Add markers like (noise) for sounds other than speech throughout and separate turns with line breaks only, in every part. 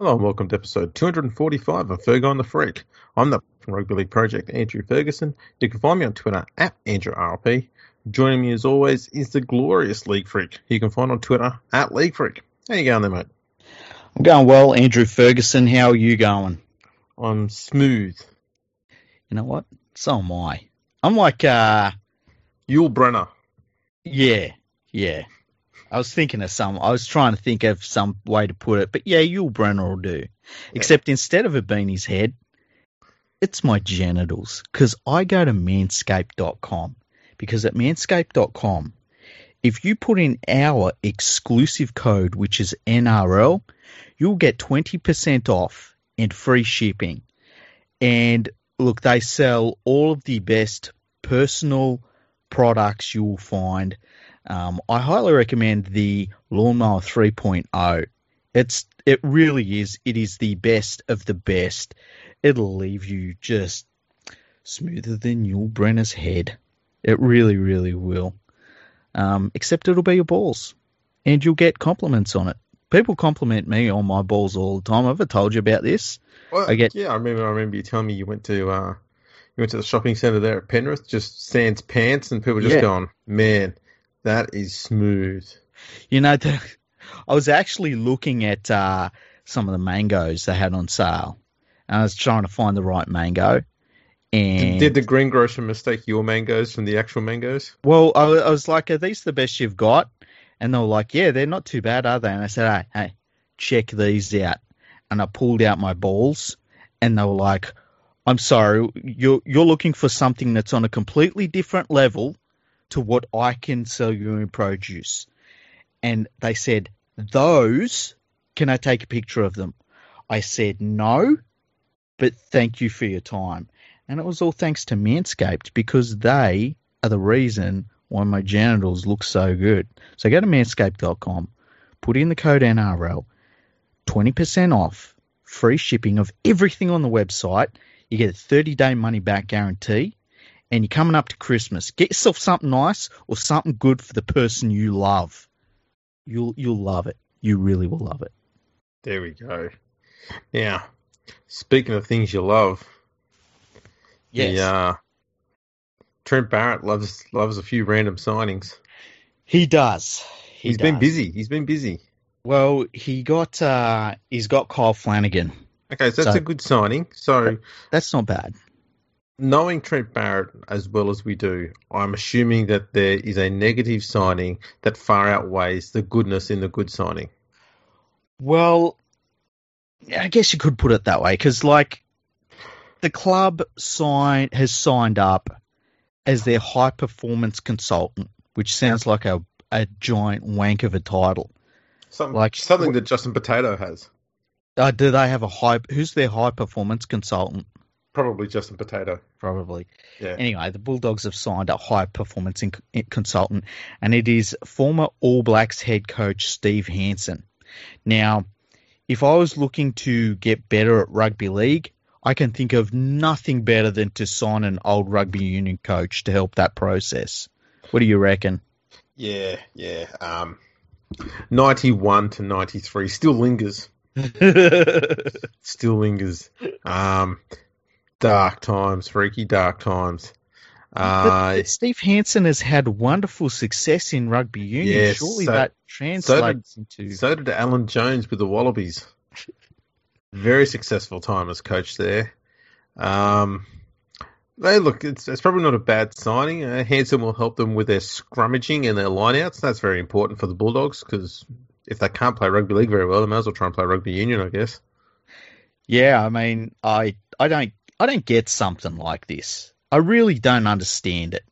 Hello and welcome to episode 245 of Fergo and the Freak. I'm the Rugby League Project, Andrew Ferguson. You can find me on Twitter at AndrewRP. Joining me as always is the glorious League Freak. You can find on Twitter at League Freak. How you going there, mate?
I'm going well, Andrew Ferguson. How are you going?
I'm smooth.
You know what? So am I. I'm like, uh,
Yul Brenner.
yeah, yeah. I was thinking of some. I was trying to think of some way to put it, but yeah, Yul Brenner will do. Except instead of it being his head, it's my genitals because I go to manscaped.com because at manscaped.com, if you put in our exclusive code, which is NRL, you'll get 20% off and free shipping. And look, they sell all of the best personal products you'll find. Um, I highly recommend the Lawnmower 3.0. It's it really is. It is the best of the best. It'll leave you just smoother than Yul Brenner's head. It really, really will. Um, except it'll be your balls, and you'll get compliments on it. People compliment me on my balls all the time. I've ever told you about this.
Well,
I get-
Yeah, I remember. I remember you telling me you went to uh, you went to the shopping centre there at Penrith, just sans pants, and people just
Yeah.
going, "Man, that is smooth."
You know, the, I was actually looking at uh, some of the mangoes they had on sale, and I was trying to find the right mango. And
Did, did the greengrocer mistake your mangoes from the actual mangoes?
well, I, wa- I was like, "Are these the best you've got?" And they were like, "Yeah, they're not too bad, are they?" And I said, "Hey, hey, check these out." And I pulled out my balls, and they were like, "I'm sorry, you're you're looking for something that's on a completely different level to what I can sell you in produce." And they said, "Those, can I take a picture of them?" I said, "No, but thank you for your time." And it was all thanks to Manscaped because they are the reason why my genitals look so good. So go to manscaped.com, put in the code NRL, 20% off, free shipping of everything on the website. You get a 30 day money back guarantee. And you're coming up to Christmas. Get yourself something nice or something good for the person you love. You'll you'll love it. You really will love it.
There we go. Now, speaking of things you love, the uh, Trent Barrett loves loves a few random signings.
he does.
He
He
has been
does.
busy. He's been busy.
Well, he got uh he's got Kyle Flanagan.
Okay, so that's
So-
a good signing. So,
That's not bad.
knowing Trent Barrett as well as we do, I'm assuming that there is a negative signing that far outweighs the goodness in the good signing.
Well, I guess you could put it that way because, like, the club sign has signed up as their high performance consultant, which sounds like a a giant wank of a title.
Something
Like-
something that Justin Potato has.
Uh, do they have a high? Who's their high performance consultant?
Probably Justin Potato.
Probably.
Yeah.
Anyway, the Bulldogs have signed a high performance in- in- consultant, and it is former All Blacks head coach Steve Hansen. Now, if I was looking to get better at rugby league, I can think of nothing better than to sign an old rugby union coach to help that process. What do you reckon?
Yeah, yeah. Um, 91 to 93 still lingers. Still lingers. Um, dark times, freaky dark times. Uh,
(laughs) But Steve Hansen has had wonderful success in rugby union.
Yes,
Surely
so-
that translates into
So did Alan Jones with the Wallabies. Very successful time as coach there. Um, they look, it's, it's probably not a bad signing. Uh, Hanson will help them with their scrummaging and their lineouts. That's very important for the Bulldogs because if they can't play rugby league very well, they may as well try and play rugby union, I guess.
Yeah, I mean, I I don't I don't get something like this. I really don't understand it.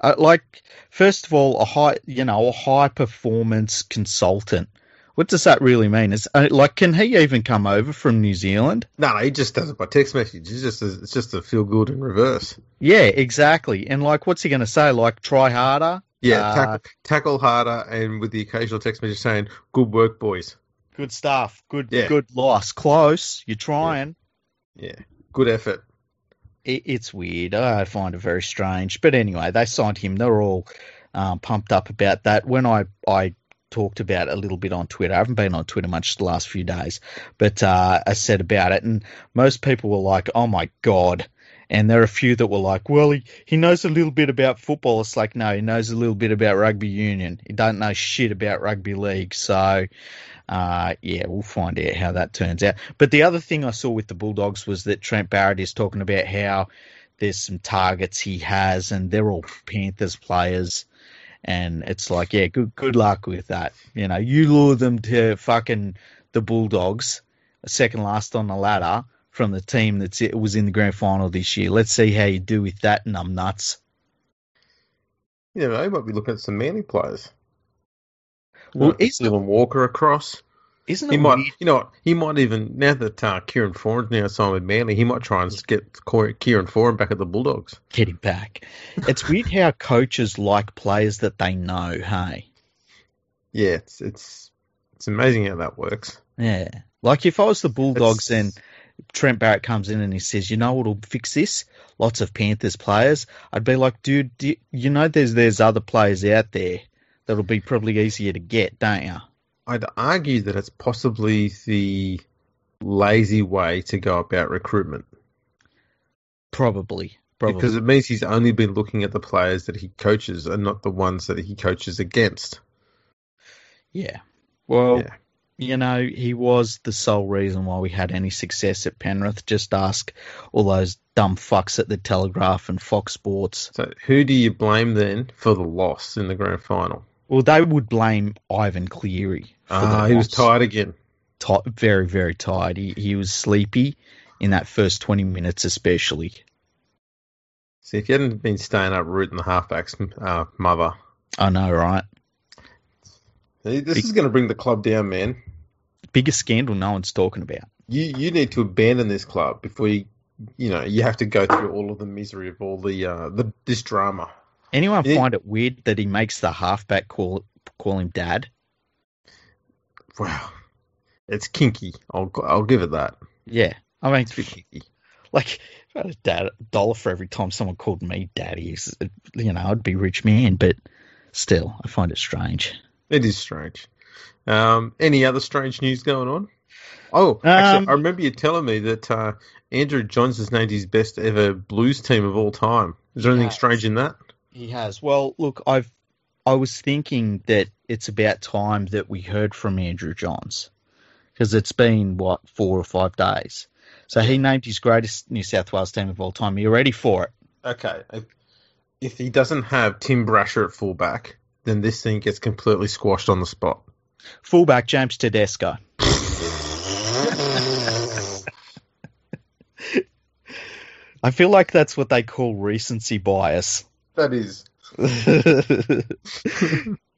Uh, like, first of all, a high you know a high performance consultant. What does that really mean? Is uh, like, can he even come over from New Zealand?
No, no, he just does it by text message. It's just a, it's just a feel good in reverse.
Yeah, exactly. And like, what's he going to say? Like, try harder.
Yeah,
Uh,
tackle, tackle harder and with the occasional text message saying, good work, boys.
Good stuff. Good
Yeah.
good loss. Close. You're trying.
Yeah, good effort.
it, it's weird. I find it very strange. But anyway, they signed him. They're all um, pumped up about that. When I I talked about it a little bit on Twitter. I haven't been on Twitter much the last few days, but uh, I said about it, and most people were like, "Oh my god." And there are a few that were like, well, he, he knows a little bit about football. It's like, no, he knows a little bit about rugby union. He don't know shit about rugby league. So, uh, yeah, we'll find out how that turns out. But the other thing I saw with the Bulldogs was that Trent Barrett is talking about how there's some targets he has, and they're all Panthers players. And it's like, yeah, good good luck with that. You know, you lure them to fucking the Bulldogs, second last on the ladder from the team that's it was in the grand final this year. Let's see how you do with that, numbnuts.
You know, they might be looking at some Manly players.
Well,
Well,
it's-
Dylan Walker across.
Isn't it
He might,
weird?
you know, what, he might even now that uh, Kieran Foran's now signed with Manly, he might try and get Cor- Kieran Foran back at the Bulldogs.
Get him back. It's weird how coaches like players that they know, hey?
Yeah, it's it's it's amazing how that works.
Yeah. Like if I was the Bulldogs
It's-
and Trent Barrett comes in and he says, "You know what'll fix this? Lots of Panthers players." I'd be like, "Dude, do you, you know there's there's other players out there that'll be probably easier to get, don't you?"
I'd argue that it's possibly the lazy way to go about recruitment
Probably, probably.
because it means he's only been looking at the players that he coaches and not the ones that he coaches against.
yeah. Well,
Yeah.
you know, he was the sole reason why we had any success at Penrith. Just ask all those dumb fucks at the Telegraph and Fox Sports.
So who do you blame then for the loss in the grand final?
Well, they would blame Ivan Cleary. for the
Ah, he was
loss.
tired again.
ti very, very tired. He, he was sleepy in that first 20 minutes, especially.
See, if you hadn't been staying up rooting the halfback's uh, mother,
I know, right?
Hey, this is going to bring the club down, man.
Biggest scandal no one's talking about.
You you need to abandon this club before you you know you have to go through all of the misery of all the uh the this drama.
Anyone
Yeah.
find it weird that he makes the halfback call call him dad?
Wow, it's kinky. I'll I'll give it that.
Yeah. I mean,
It's a bit kinky.
like, if I had a dad, dollar for every time someone called me daddy, it's- you know, I'd be a rich man, but still, I find it strange.
It is strange. Um, any other strange news going on? Oh, actually,
Um,
I remember you telling me that uh, Andrew Johns has named his best ever Blues team of all time. Is there anything
Yes.
strange in that?
He has. Well, look, I've I was thinking that it's about time that we heard from Andrew Johns because it's been what four or five days. So he named his greatest New South Wales team of all time. Are you ready for it?
Okay, if, if he doesn't have Tim Brasher at fullback, then this thing gets completely squashed on the spot. (laughs)
Fullback James Tedesco. I feel like that's what they call recency bias. (laughs)
That is.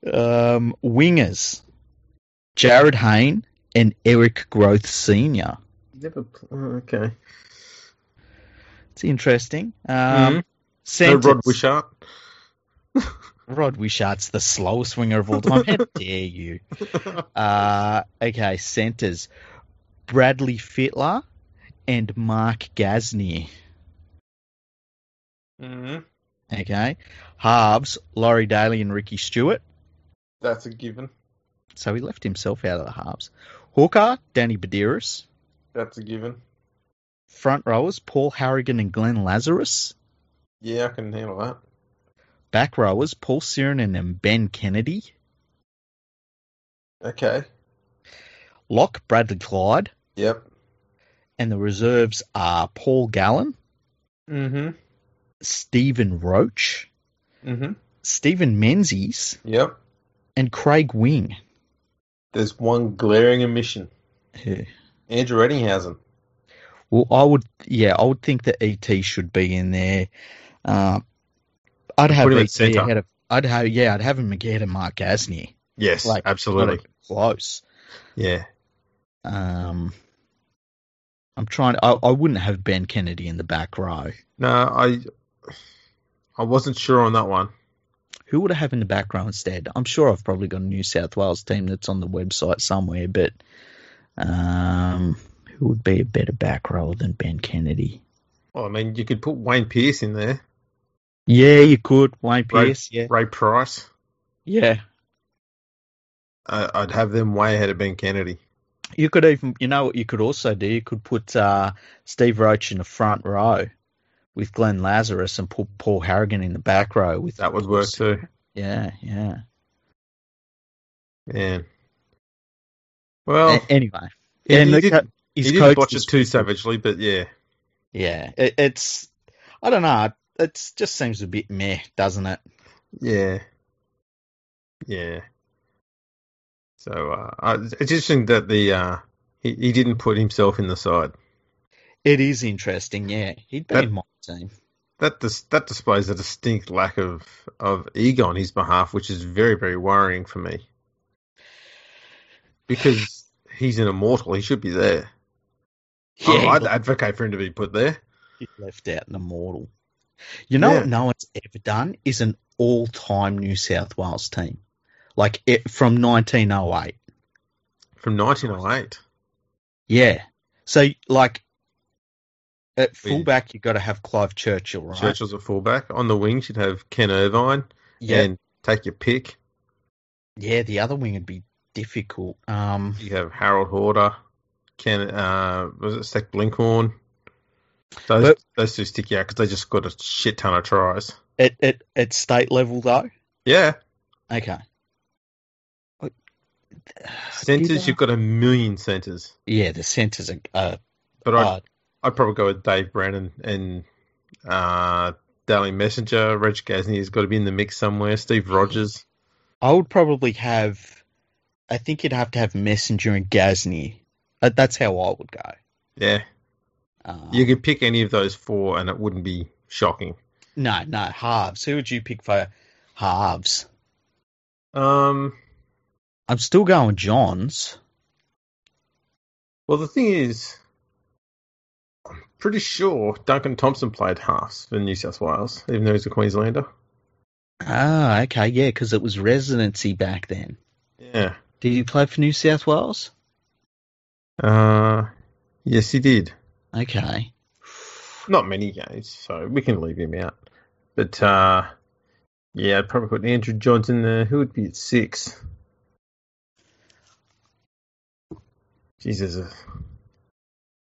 um, wingers Jared Hayne and Eric Groth Senior.
Never. pl- oh, Okay.
It's interesting. Um,
No Rod
sentence-
Wishart.
Rod Wishart's the slowest winger of all time. How dare you? Uh, okay, centres Bradley Fittler and Mark Gasnier.
(laughs) Mm-hmm.
Okay, halves Laurie Daly and Ricky Stewart.
That's a given.
So he left himself out of the halves. Hooker Danny Badiris.
That's a given.
Front rowers Paul Harrigan and Glenn Lazarus.
Yeah, I can handle that.
Back rowers Paul Sirenan and Ben Kennedy.
Okay.
Lock Bradley Clyde.
Yep.
And the reserves are Paul Gallen,
Mm-hmm.
Stephen Roach,
Mm-hmm.
Stephen Menzies,
Yep.
and Craig Wing.
There's one glaring omission. Andrew Eddinghausen.
Well, I would, yeah, I would think that ET should be in there. Uh, I'd have
Put him at
ET
centre.
ahead of, I'd have, yeah, I'd have him ahead of Mark Gasnier.
Yes,
Like, Not
absolutely.
even close.
Yeah.
Um, I'm trying. I, I wouldn't have Ben Kennedy in the back row.
No, I I wasn't sure on that one.
Who would I have in the back row instead? I'm sure I've probably got a New South Wales team that's on the website somewhere, but um, who would be a better back row than Ben Kennedy?
Well, I mean, you could put Wayne Pierce in there,
Yeah, you could. Wayne
Right.
Pierce. Yeah.
Ray Price.
Yeah.
I, I'd have them way ahead of Ben Kennedy.
You could even, you know, what you could also do? You could put uh, Steve Roach in the front row with Glenn Lazarus and put Paul Harrigan in the back row with. uh,
That would work too.
Yeah, yeah.
Man. Well,
A- anyway,
he-
and
he,
the
did,
co-
he
his
did
coach
botch
was-
it too savagely, but yeah.
Yeah, it, it's. I don't know. It just seems a bit meh, doesn't it?
Yeah. Yeah. So uh, I- it's interesting that the uh, he, he didn't put himself in the side.
It is interesting. Yeah, he'd be
That-
in my team.
That dis- that displays a distinct lack of, of ego on his behalf, which is very very worrying for me. Because he's an immortal, he should be there.
Yeah,
I- I'd
he'd
advocate for him to be put there.
be left out and immortal. You know
Yeah.
what no one's ever done is an all-time New South Wales team, like it, from 1908.
From 1908.
Yeah. So like at
We-
fullback, you got to have Clive Churchill, right?
Churchill's a fullback. On the wings, you'd have Ken Irvine
Yeah.
and take your pick.
Yeah. The other wing would be difficult. Um.
You have Harold Horder, Ken, uh, was it Stack Blinkhorn? Those,
But-
those two stick out because they just got a shit ton of tries.
At at at state level though.
Yeah.
Okay. What- (sighs) Did
Centres,
I-
you've got a million centres.
Yeah, the centres are. Uh,
But I'd,
uh,
I'd probably go with Dave Brennan and uh, Daly Messenger. Reg Gasney's got to be in the mix somewhere. Steve Rogers.
I would probably have. I think you'd have to have Messenger and Gasney. Uh, that's how I would go.
Yeah.
Um,
You could pick any of those four and it wouldn't be shocking.
No, no halves. Who would you pick for halves?
Um,
I'm still going Johns.
Well, the thing is, I'm pretty sure Duncan Thompson played halves for New South Wales, even though he's a Queenslander.
Ah, okay, yeah, because it was residency back then.
Yeah.
Did you play for New South Wales?
Uh, yes, he did.
Okay.
Not many games, so we can leave him out. But uh, yeah, I'd probably put Andrew Johnson there. Who would be at six? Jesus, there's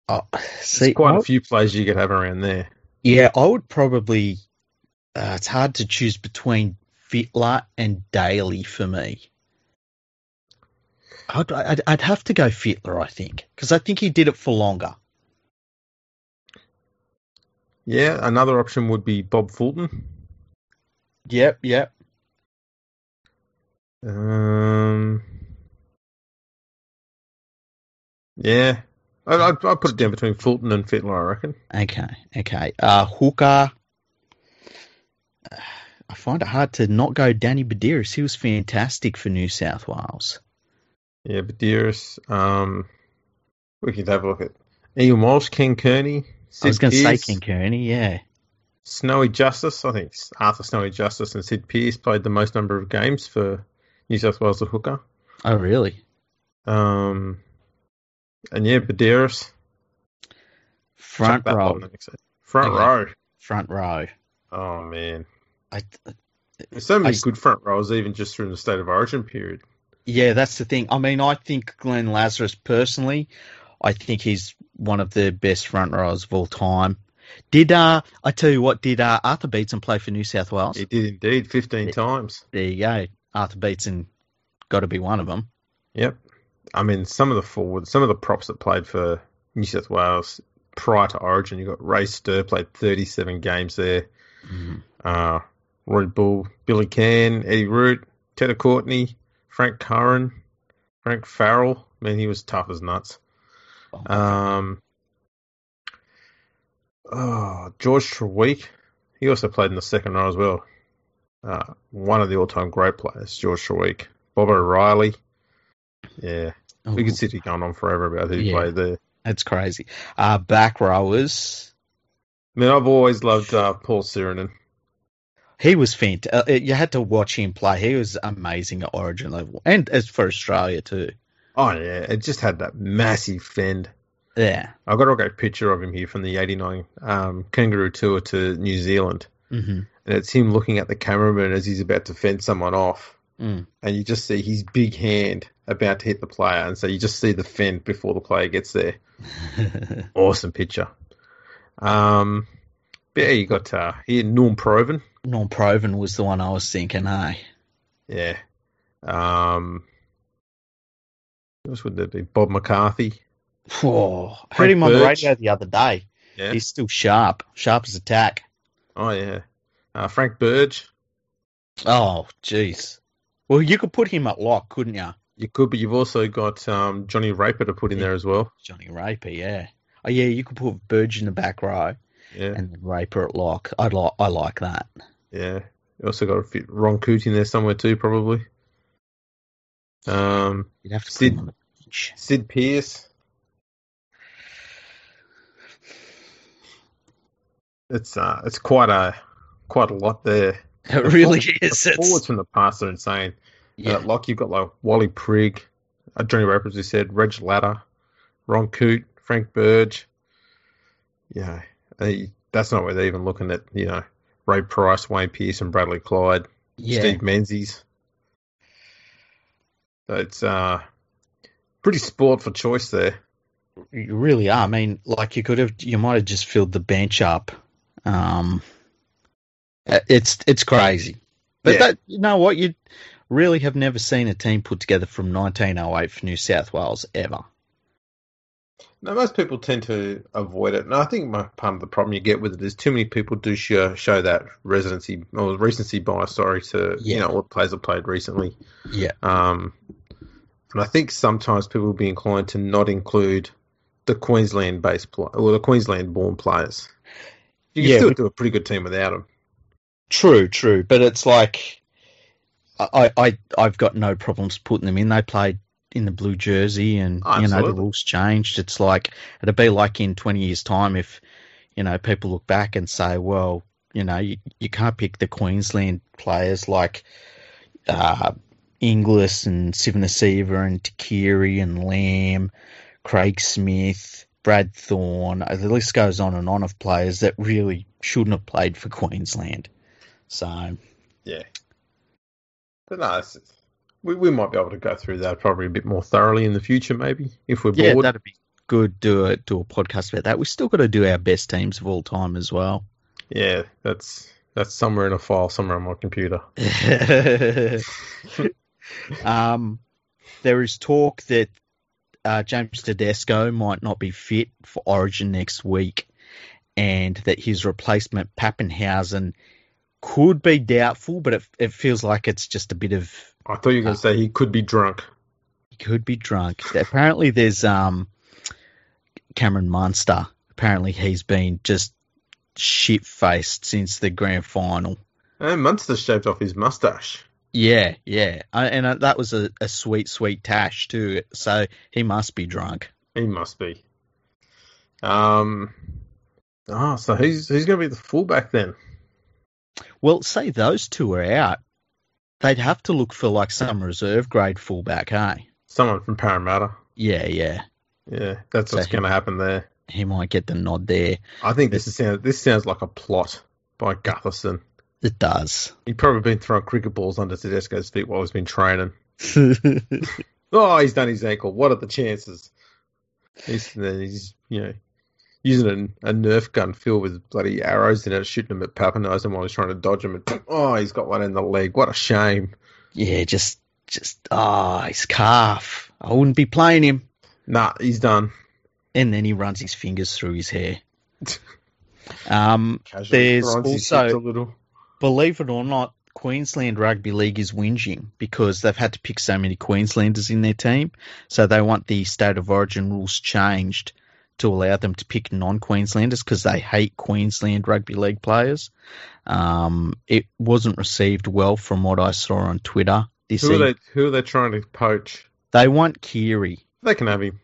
Oh, see,
quite
I-
a few players you could have around there.
yeah, I would probably. Uh, it's hard to choose between Fitler and Daly for me. I'd, I'd, I'd have to go Fitler, I think, because I think he did it for longer.
Yeah, another option would be Bob Fulton.
Yep, yep.
Um. Yeah, I I I put it down between Fulton and Fitler, I reckon.
Okay, okay. Uh, hooker. Uh, I find it hard to not go Danny Badiris. He was fantastic for New South Wales.
Yeah, but dearest, um, we could have a look at Ian Walsh, Ken Kearney, Sid
I was going to say
Pearce,
Ken Kearney, yeah.
Snowy Justice. I think Arthur Snowy Justice and Sid Pearce played the most number of games for New South Wales at hooker.
Oh, really?
Um, and yeah, Badiris
Front
chuck that
row.
one in the next- Front
Okay.
row.
Front row.
Oh man,
I,
there's so many
s-
good front rows even just from the state of origin period.
yeah, that's the thing. I mean, I think Glenn Lazarus personally, I think he's one of the best front rowers of all time. Did uh, I tell you what? Did uh, Arthur Beetson play for New South Wales?
He did indeed, 15 times.
There you go. Arthur Beetson, got to be one of them.
Yep. I mean, some of the forwards, some of the props that played for New South Wales prior to Origin, you got Ray Stir played 37 games there. Uh, Roy Bull, Billy Can, Eddie Root, Tedder Courtney, Frank Curran, Frank Farrell. I mean, he was tough as nuts.
Oh,
Um, oh, George Treweek. He also played in the second row as well. Uh, one of the all-time great players, George Treweek. Bob O'Reilly. Yeah, we could sit here going on forever about who
Yeah.
played there.
oh, That's crazy. Uh, back rowers.
I mean, I've always loved uh, Paul Sirenen.
He was fantastic. Uh, you had to watch him play. He was amazing at Origin level, and as for Australia too.
Oh, yeah, it just had that massive fend.
Yeah.
I've got a great picture of him here from the 89 um, Kangaroo Tour to New Zealand.
Mm-hmm. (laughs)
And it's him looking at the cameraman as he's about to fend someone off.
Mm.
and you just see his big hand about to hit the player, and so you just see the fend before the player gets there. Awesome picture. Um, but yeah, you got uh, here Norm Proven.
Norm Proven was the one I was thinking, eh?
Yeah.
hey.
Um, who else would that be? Bob McCarthy.
Whoa. I heard him on the
Birch.
radio the other day.
Yeah.
He's still sharp. Sharp as a tack.
oh yeah. Uh, Frank Burge.
Oh, jeez. Well, you could put him at lock, couldn't you?
You could, but you've also got um, Johnny Raper to put in there as well.
Johnny Raper, yeah. Oh, yeah, you could put Burge in the back row
Yeah,
and Raper at lock. I like, I like that.
yeah. You also got a few, Ron Coote in there somewhere too, probably. Um,
You'd have to put
Sid-
him on the bench. (laughs)
Sid Pierce. It's uh, it's quite a quite a lot there.
It really is.
Forwards
It's,
from the past are insane.
yeah.
Uh, like you've got like Wally Prigg, uh, Johnny Raper, as we said, Reg Latta, Ron Coote, Frank Burge. Yeah, they- that's not where they're even looking at. You know, Ray Price, Wayne Pearson, Bradley Clyde,
yeah.
Steve Menzies. So it's uh, pretty sport for choice there.
You really are. I mean, like you could have, you might have just filled the bench up. Um, it's it's crazy, but
Yeah.
that you know what you really have never seen a team put together from 1908 for New South Wales ever.
No, most people tend to avoid it, and I think my, part of the problem you get with it is too many people do show, show that residency or recency bias. Sorry to you
Yeah.
know what players have played recently.
Yeah,
Um, and I think sometimes people will be inclined to not include the Queensland based pl- or the Queensland born players. You can
Yeah,
still
but-
do a pretty good team without them.
true, true. But it's like I I I've got no problems putting them in. They played in the blue jersey, and you know the
Absolutely.
rules changed. It's like it'd be like in 20 years' time if you know people look back and say, well, you know, you, you can't pick the Queensland players like uh, Inglis and Sivanasiva and Takiri and Lamb, Craig Smith, Brad Thorne. Uh, The list goes on and on of players that really shouldn't have played for Queensland. So
Yeah. But no, it's, we, we might be able to go through that probably a bit more thoroughly in the future, maybe, if we're
yeah,
bored.
that'd be good. Do a do a podcast about that. We still got to do our best teams of all time as well.
Yeah, that's that's somewhere in a file, somewhere on my computer.
um, there is talk that uh, James Tedesco might not be fit for Origin next week, and that his replacement Pappenhausen could be doubtful. But it it feels like it's just a bit of
I thought you were going to say he could be drunk.
he could be drunk. apparently, there's um, Cameron Munster. Apparently, he's been just shit faced since the grand final.
And Munster shaved off his mustache.
Yeah, yeah, I, and uh that was a, a sweet, sweet tash too. So he must be drunk.
He must be. Um. Ah, so who's who's going to be the fullback then?
Well, say those two are out, they'd have to look for like some reserve grade fullback, eh? hey?
Someone from Parramatta.
Yeah, yeah,
Yeah, that's what's
So-
going to happen there.
he might get the nod there.
I think this is sound, this sounds like a plot by Gutherson.
It (laughs) does.
He'd probably been throwing cricket balls under Tedesco's feet while he's been training. Oh, he's done his ankle. What are the chances? He's, he's you know using a, a Nerf gun filled with bloody arrows in it, shooting him at Pappenhausen while he's trying to dodge him. And (clears throat) oh, he's got one in the leg. What a shame.
yeah, just, just ah, his calf. I wouldn't be playing him.
Nah, he's done.
and then he runs his fingers through his hair. um,
Casually
There's
grinds his
also-
hips a little.
believe it or not, Queensland Rugby League is whinging because they've had to pick so many Queenslanders in their team, so they want the state of origin rules changed to allow them to pick non-Queenslanders because they hate Queensland Rugby League players. Um, it wasn't received well from what I saw on Twitter this
Who are
evening.
they? Who are they trying to poach?
They-, want Kiri.
They can have him.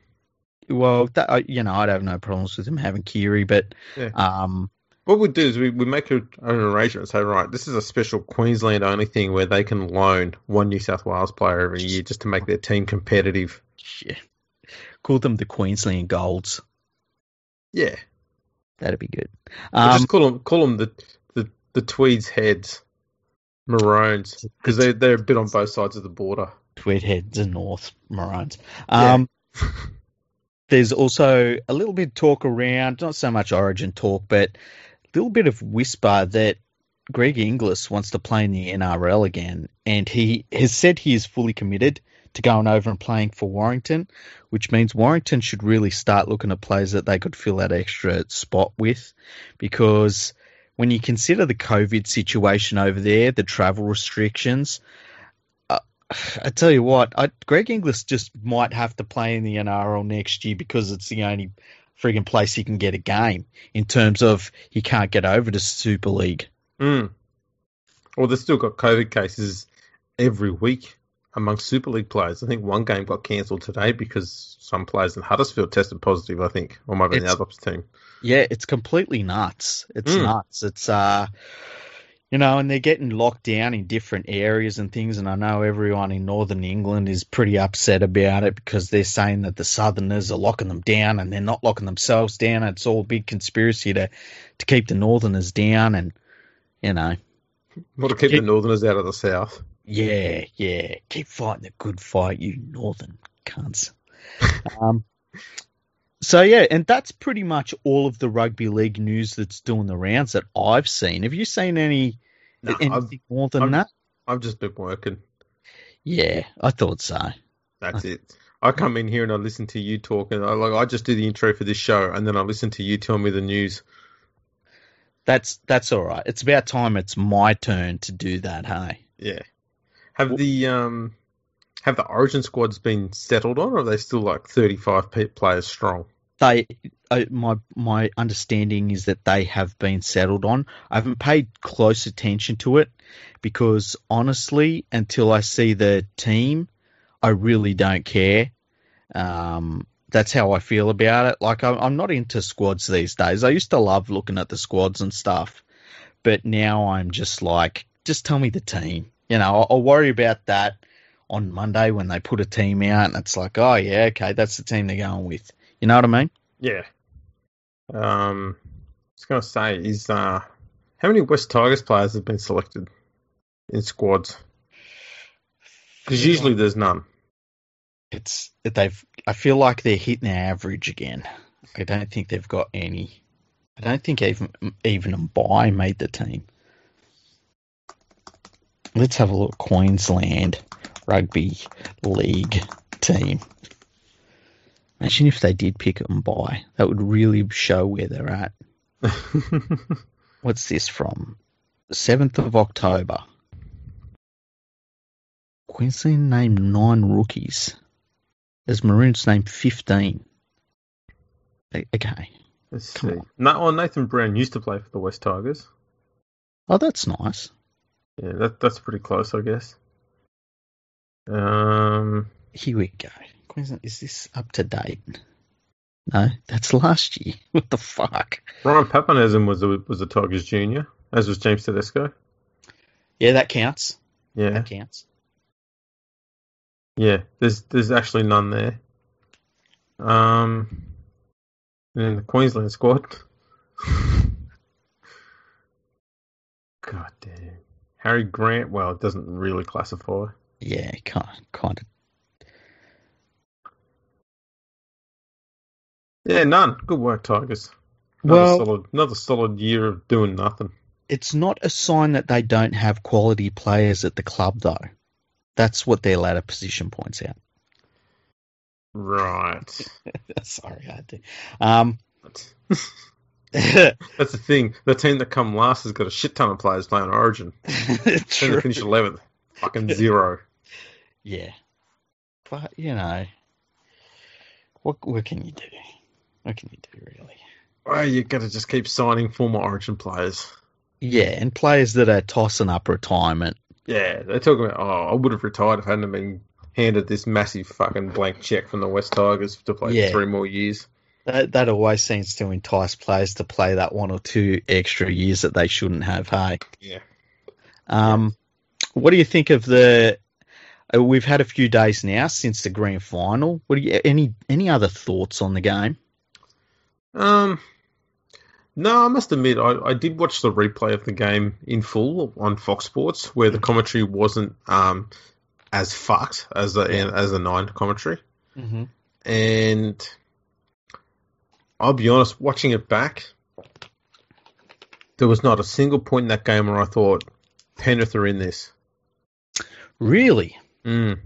Well, that, I- you know, I'd have no problems with him having Kiri, but
Yeah.
um,
What we do is we, we make a, an arrangement. and Say, right, this is a special Queensland only thing where they can loan one New South Wales player every year just to make their team competitive.
Yeah. Call them the Queensland Golds.
Yeah,
That'd be good.
We'll
Um,
just call them call them the, the the Tweeds heads. Maroons because they they're a bit on both sides of the border.
Tweed heads and North Maroons. Um, (laughs) there's also a little bit of talk around, not so much Origin talk, but a little bit of whisper that Greg Inglis wants to play in the NRL again, and he has said he is fully committed to going over and playing for Warrington, which means Warrington should really start looking at players that they could fill that extra spot with, because when you consider the COVID situation over there, the travel restrictions, uh, I tell you what, I, Greg Inglis just might have to play in the NRL next year because it's the only frigging place he can get a game in terms of he can't get over to Super League.
Mm. Well, they've still got COVID cases every week amongst Super League players. I think one game got cancelled today because some players in Huddersfield tested positive. I think, or maybe the
It's-
other team.
Yeah, it's completely nuts. It's
Mm.
nuts. It's uh you know, and they're getting locked down in different areas and things and I know everyone in northern England is pretty upset about it because they're saying that the southerners are locking them down and they're not locking themselves down. It's all a big conspiracy to to keep the northerners down and you know,
Well, to keep
Yeah.
the Northerners out of the South.
yeah, yeah, keep fighting the good fight, you northern
(laughs)
cunts. um, so yeah, and that's pretty much all of the rugby league news that's doing the rounds that I've seen. Have you seen any
No,
anything
I've,
more than
I've-
that?
I've just been working.
Yeah, I thought so.
That's it. I come in here and I listen to you talk, and I like I just do the intro for this show, and then I listen to you tell me the news.
That's that's all right. It's about time. It's my turn to do that. Hey,
Yeah. Have the um, have the Origin squads been settled on, or are they still like thirty-five pe- players strong?
they. I, my my understanding is that they have been settled on. I haven't paid close attention to it because honestly, until I see the team, I really don't care. Um, that's how I feel about it. Like I'm, I'm not into squads these days. I used to love looking at the squads and stuff, but now I'm just like, just tell me the team. You know, I'll, I'll worry about that on Monday when they put a team out, and it's like, oh yeah, okay, that's the team they're going with. You know what I mean?
Yeah. Um, I was gonna say is uh, how many West Tigers players have been selected in squads? Because usually there's
(laughs)
none.
it's they've. I feel like they're hitting their average again. I don't think they've got any. I don't think even even Mbai made the team. Let's have a look. Queensland Rugby League team. Imagine if they did pick Mbai. That would really show where they're at. What's this from? 7th of October. Queensland named nine rookies. As Maroons named 15. O- Okay.
Let's see.
Come on.
Na- oh, Nathan Brown used to play for the West Tigers.
Oh, that's nice.
Yeah, that that's pretty close, I guess. Um,
Here we go. Queensland, is this up to date? No, that's last year. (laughs) What the fuck?
Ryan Papanesum was a, was a Tigers junior, as was James Tedesco.
Yeah, that counts.
Yeah,
That counts.
yeah. There's there's actually none there. Um, and then the Queensland squad. (laughs) God damn. Harry Grant. Well, it doesn't really classify.
Yeah, kind kind of.
Yeah, none. Good work, Tigers. Another solid, another solid year of doing nothing.
it's not a sign that they don't have quality players at the club, though. That's what their ladder position points out.
Right.
(laughs) Sorry, I had to. Um, (laughs)
That's the thing. The team that come last has got a shit ton of players playing Origin. Then they
true.
finish eleventh. Fucking zero.
(laughs) Yeah, but you know, what what can you do? What can you do, really?
Oh, you gotta just keep signing former Origin players.
Yeah, and players that are tossing up retirement.
Yeah, they're talking about. Oh, I would have retired if I hadn't have been handed this massive fucking blank check from the West Tigers to play
Yeah.
three more years.
That that always seems to entice players to play that one or two extra years that they shouldn't have. Hey.
Yeah.
Um, what do you think of the? uh, We've had a few days now since the grand final. What do you any any other thoughts on the game?
Um, No, I must admit, I, I did watch the replay of the game in full on Fox Sports, where the commentary wasn't um, as fucked as the as the nine commentary.
Mm-hmm.
And I'll be honest, watching it back, there was not a single point in that game where I thought Penrith are in this.
Really?
Mm.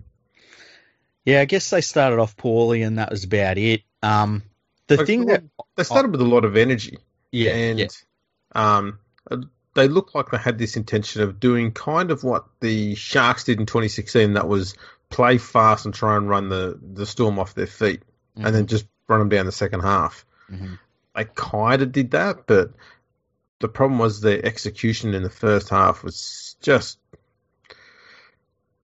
Yeah, I guess they started off poorly, and that was about it. Um, the
Like,
thing
they-
that
they started with a lot of energy,
yeah,
and
yeah,
um, they looked like they had this intention of doing kind of what the Sharks did in 2016. That was play fast and try and run the the Storm off their feet, and
Mm-hmm.
then just run them down the second half.
Mhm.
They kind of did that, but the problem was their execution in the first half was just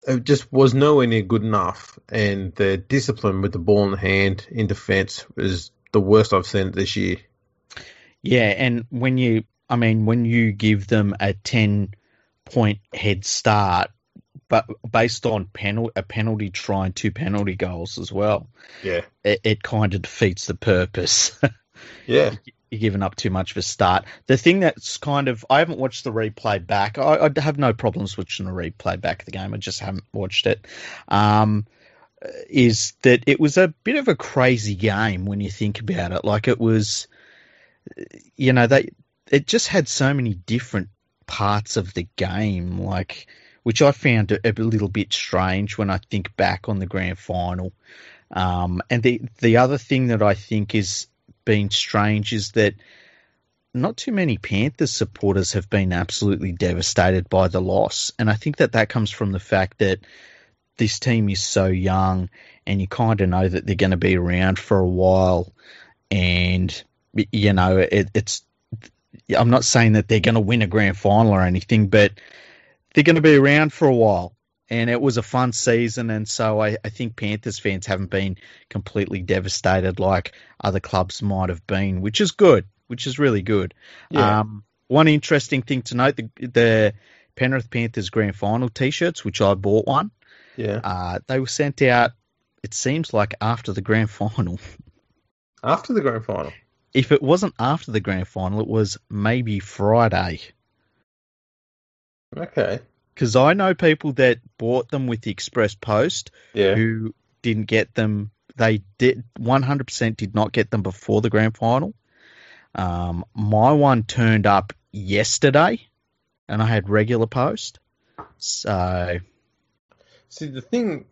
it just was nowhere near good enough, and their discipline with the ball in hand in defence was the worst I've seen it this year.
yeah, and when you, I mean, when you give them a ten point head start, but based on penal a penalty try and two penalty goals as well,
Yeah,
it, it kind of defeats the purpose.
yeah,
You're giving up too much of a start. The thing that's kind of I haven't watched the replay back. I, I have no problems watching the replay back of the game. I just haven't watched it. Um, is that it was a bit of a crazy game when you think about it. Like it was, you know, they it just had so many different parts of the game, like which I found a, a little bit strange when I think back on the grand final. Um, and the the other thing that I think is been strange is that not too many Panthers supporters have been absolutely devastated by the loss, and I think that that comes from the fact that this team is so young, and you kind of know that they're going to be around for a while, and y- you know it, it's. I'm not saying that they're going to win a grand final or anything, but they're going to be around for a while. And it was a fun season, and so I, I think Panthers fans haven't been completely devastated like other clubs might have been, which is good, which is really good.
yeah.
Um, one interesting thing to note: the, the Penrith Panthers grand final T-shirts, which I bought one,
yeah.
uh, they were sent out. It seems like after the grand (laughs) final.
After the grand final.
If it wasn't after the grand final, it was maybe Friday.
Okay.
Because I know people that bought them with the express post
Yeah.
who didn't get them. They did 100% did not get them before the grand final. Um, my one turned up yesterday, and I had regular post. So
See, the thing,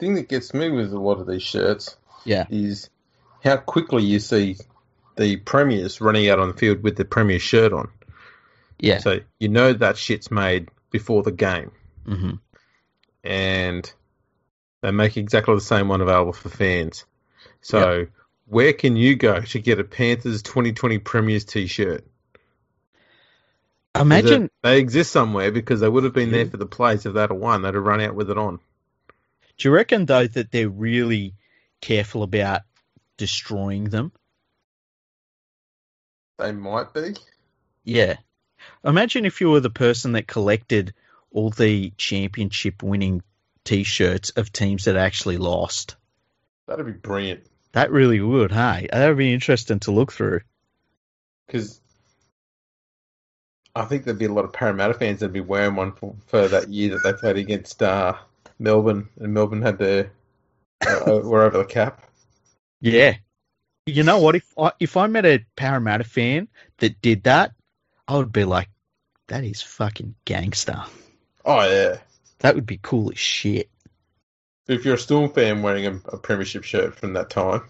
thing that gets me with a lot of these shirts,
Yeah.
is how quickly you see the premiers running out on the field with the premier shirt on.
yeah,
So you know that shit's made before the game,
hmm
and they make exactly the same one available for fans. So where can you go to get a Panthers 2020 Premiers T-shirt?
imagine
they exist somewhere because they would have been there
Yeah.
for the plays if they'd have won. They'd have run out with it on.
Do you reckon though that they're really careful about destroying them?
They might be.
Yeah. Imagine if you were the person that collected all the championship winning t-shirts of teams that actually lost.
That'd be brilliant.
That really would, hey. That would be interesting to look through.
because I think there'd be a lot of Parramatta fans that'd be wearing one for, for that year that they played against uh, Melbourne, and Melbourne had their uh, uh, (laughs) were over the cap.
Yeah. You know what? If I if I met a Parramatta fan that did that, I would be like, that is fucking gangster.
Oh yeah.
That would be cool as shit.
If you're a Storm fan wearing a, a premiership shirt from that time,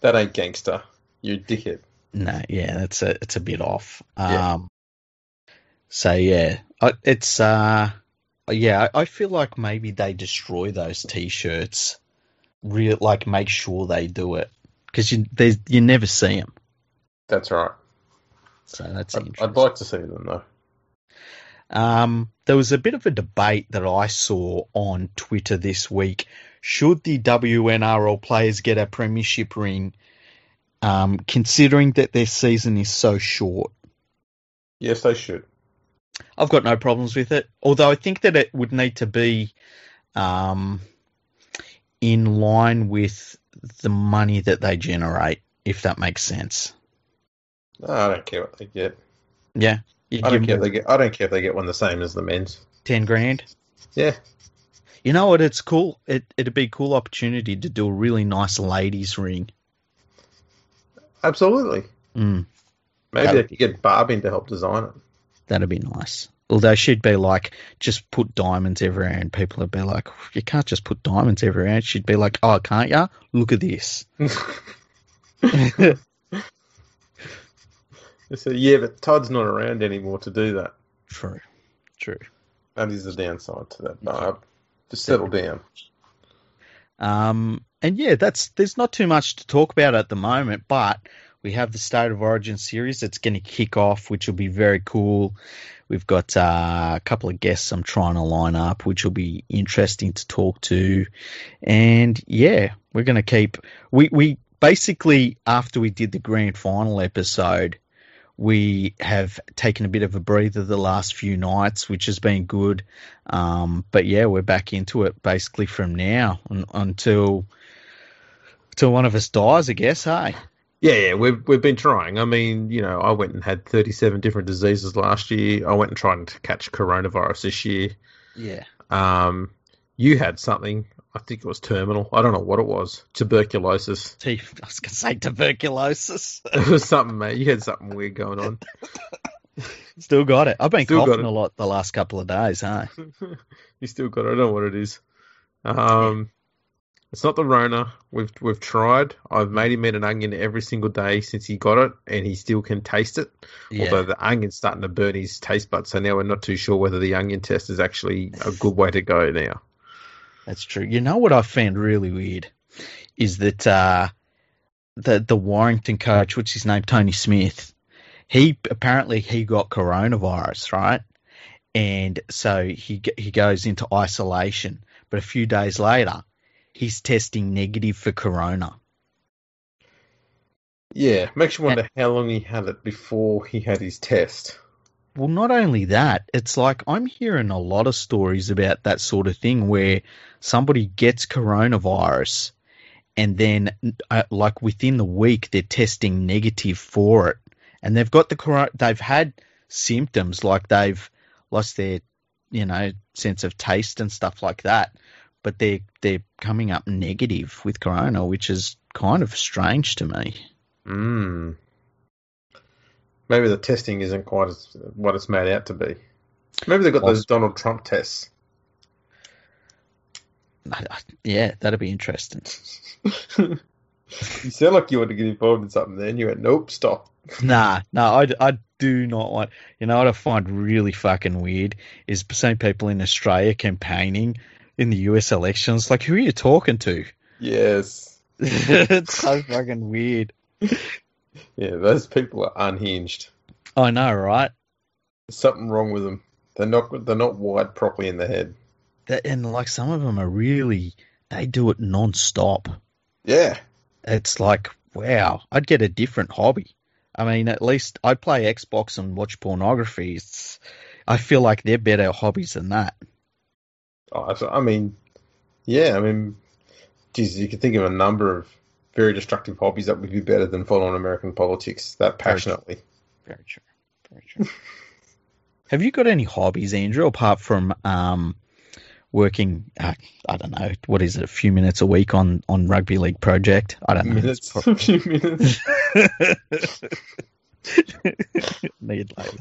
that ain't gangster. You're a dickhead.
No, yeah, that's a it's a bit off. Um,
Yeah.
so yeah, I, it's uh, yeah, I, I feel like maybe they destroy those t-shirts, real like make sure they do it because you there's you never see them.
That's right.
So that's
I'd,
interesting.
I'd like to see them though.
Um, there was a bit of a debate that I saw on Twitter this week. Should the WNRL players get a premiership ring, um, considering that their season is so short?
Yes, they should.
I've got no problems with it. Although I think that it would need to be um, in line with the money that they generate, if that makes sense.
No, I don't care what they get.
Yeah. You
I
give
don't care if
them
they get. I don't care if they get one the same as the men's.
10 grand.
Yeah,
You know what? It's cool. It, it'd be a cool opportunity to do a really nice ladies' ring.
absolutely.
Mm,
Maybe
That
they
would
could get Barbin to help design it.
that'd be nice. Although she'd be like, just put diamonds everywhere, and people would be like, you can't just put diamonds everywhere. And she'd be like, oh, can't ya? Look at this.
(laughs) They said, yeah, but Todd's not around anymore to do that.
True. True.
That is the downside to that, Barb. Just settle down.
Um, and yeah, that's there's not too much to talk about at the moment, but we have the State of Origin series that's going to kick off, which will be very cool. We've got uh, a couple of guests I'm trying to line up, which will be interesting to talk to. And yeah, we're going to keep we we basically after we did the grand final episode. We have taken a bit of a breather the last few nights, which has been good. Um, but yeah, we're back into it basically from now un- until until one of us dies, I guess. Hey,
Yeah, yeah, we've we've been trying. I mean, you know, I went and had thirty-seven different diseases last year. I went and tried to catch coronavirus this year.
yeah,
Um, you had something. I think it was terminal. I don't know what it was. Tuberculosis.
T- (laughs) I was gonna say tuberculosis. (laughs)
(laughs) It was something, mate. You had something weird going on.
Still got it. I've been
Still got
coughing
it.
a lot the last couple of days, huh?
you still got it. I don't know what it is. Um, it's not the Rona. We've we've tried. I've made him eat an onion every single day since he got it, and he still can taste it. Although the onion's starting to burn his taste buds, so now we're not too sure whether the onion test is actually a good way to go now.
That's true. You know what I found really weird is that uh, the the Warrington coach, what's his name, Tony Smith, he apparently he got coronavirus, right? And so he g- he goes into isolation, but a few days later, he's testing negative for corona.
Yeah, makes you wonder how long he had it before he had his test.
Well, not only that, it's like I'm hearing a lot of stories about that sort of thing where somebody gets coronavirus and then, uh, like within the week, they're testing negative for it, and they've got the corona. They've had symptoms like they've lost their, you know, sense of taste and stuff like that, but they're they're coming up negative with corona, which is kind of strange to me.
Mm. Maybe the testing isn't quite as what it's made out to be. Maybe they've got those Donald Trump tests.
Yeah, that'd be interesting.
you sound like (laughs) you want to get involved in something then. You went, nope, stop.
Nah, no, I, I do not want. You know what I find really fucking weird is seeing people in Australia campaigning in the US elections. Like, who are you talking to?
Yes.
it's so fucking weird.
Yeah, those people are unhinged.
I know, right?
There's something wrong with them. They're not they're not wired properly in the head.
That, and like some of them are really, they do it non-stop.
Yeah.
It's like, wow, I'd get a different hobby. I mean, at least I play Xbox and watch pornography. It's, I feel like they're better hobbies than that.
Oh, so- I mean, yeah, I mean, geez, you could think of a number of very destructive hobbies that would be better than following American politics that passionately.
Very true. Very true. (laughs) Have you got any hobbies, Andrew, apart from um, working? Uh, I don't know. What is it? A few minutes a week on on rugby league project? I don't know. It's
Minutes, a (laughs) few minutes.
pro- (laughs) Need like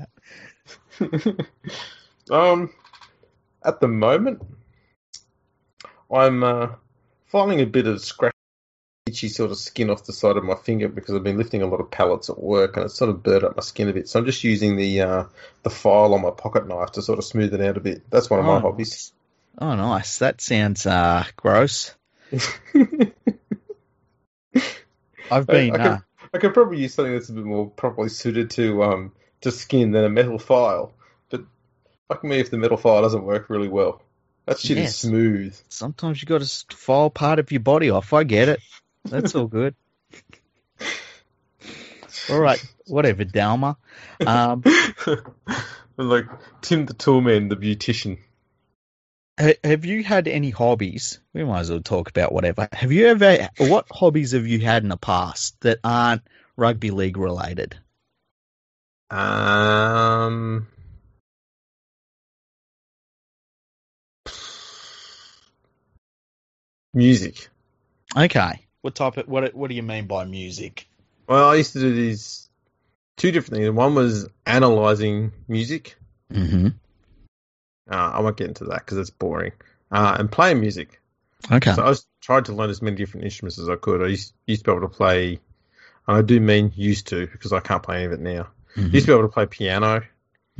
that.
(laughs) um, at the moment, I'm uh, filing a bit of scratchy, itchy sort of skin off the side of my finger because I've been lifting a lot of pallets at work and it's sort of burred up my skin a bit. So I'm just using the uh, the file on my pocket knife to sort of smooth it out a bit. That's one of my
Oh,
hobbies. (laughs)
Oh, nice. That sounds uh, gross. I've
I-
been.
I can-
uh,
I could probably use something that's a bit more properly suited to um to skin than a metal file, but fuck me if the metal file doesn't work really well. That shit
Yes.
is smooth.
sometimes you got to file part of your body off. I get it. That's
(laughs)
all good. all right. Whatever, Dalma. Um,
(laughs) like Tim the Toolman, the beautician.
Ha- Have you had any hobbies? We might as well talk about whatever. Have you ever, what hobbies have you had in the past that aren't rugby league related?
Um, music.
Okay. What type of what? What do you mean by music?
Well, I used to do these two different things. One was analyzing music.
Mm-hmm.
Uh, I won't get into that because it's boring. Uh, and playing music.
Okay.
So I was tried to learn as many different instruments as I could. I used, used to be able to play, and I do mean used to because I can't play any of it now. (laughs)
Mhm.
Used to be able to play piano.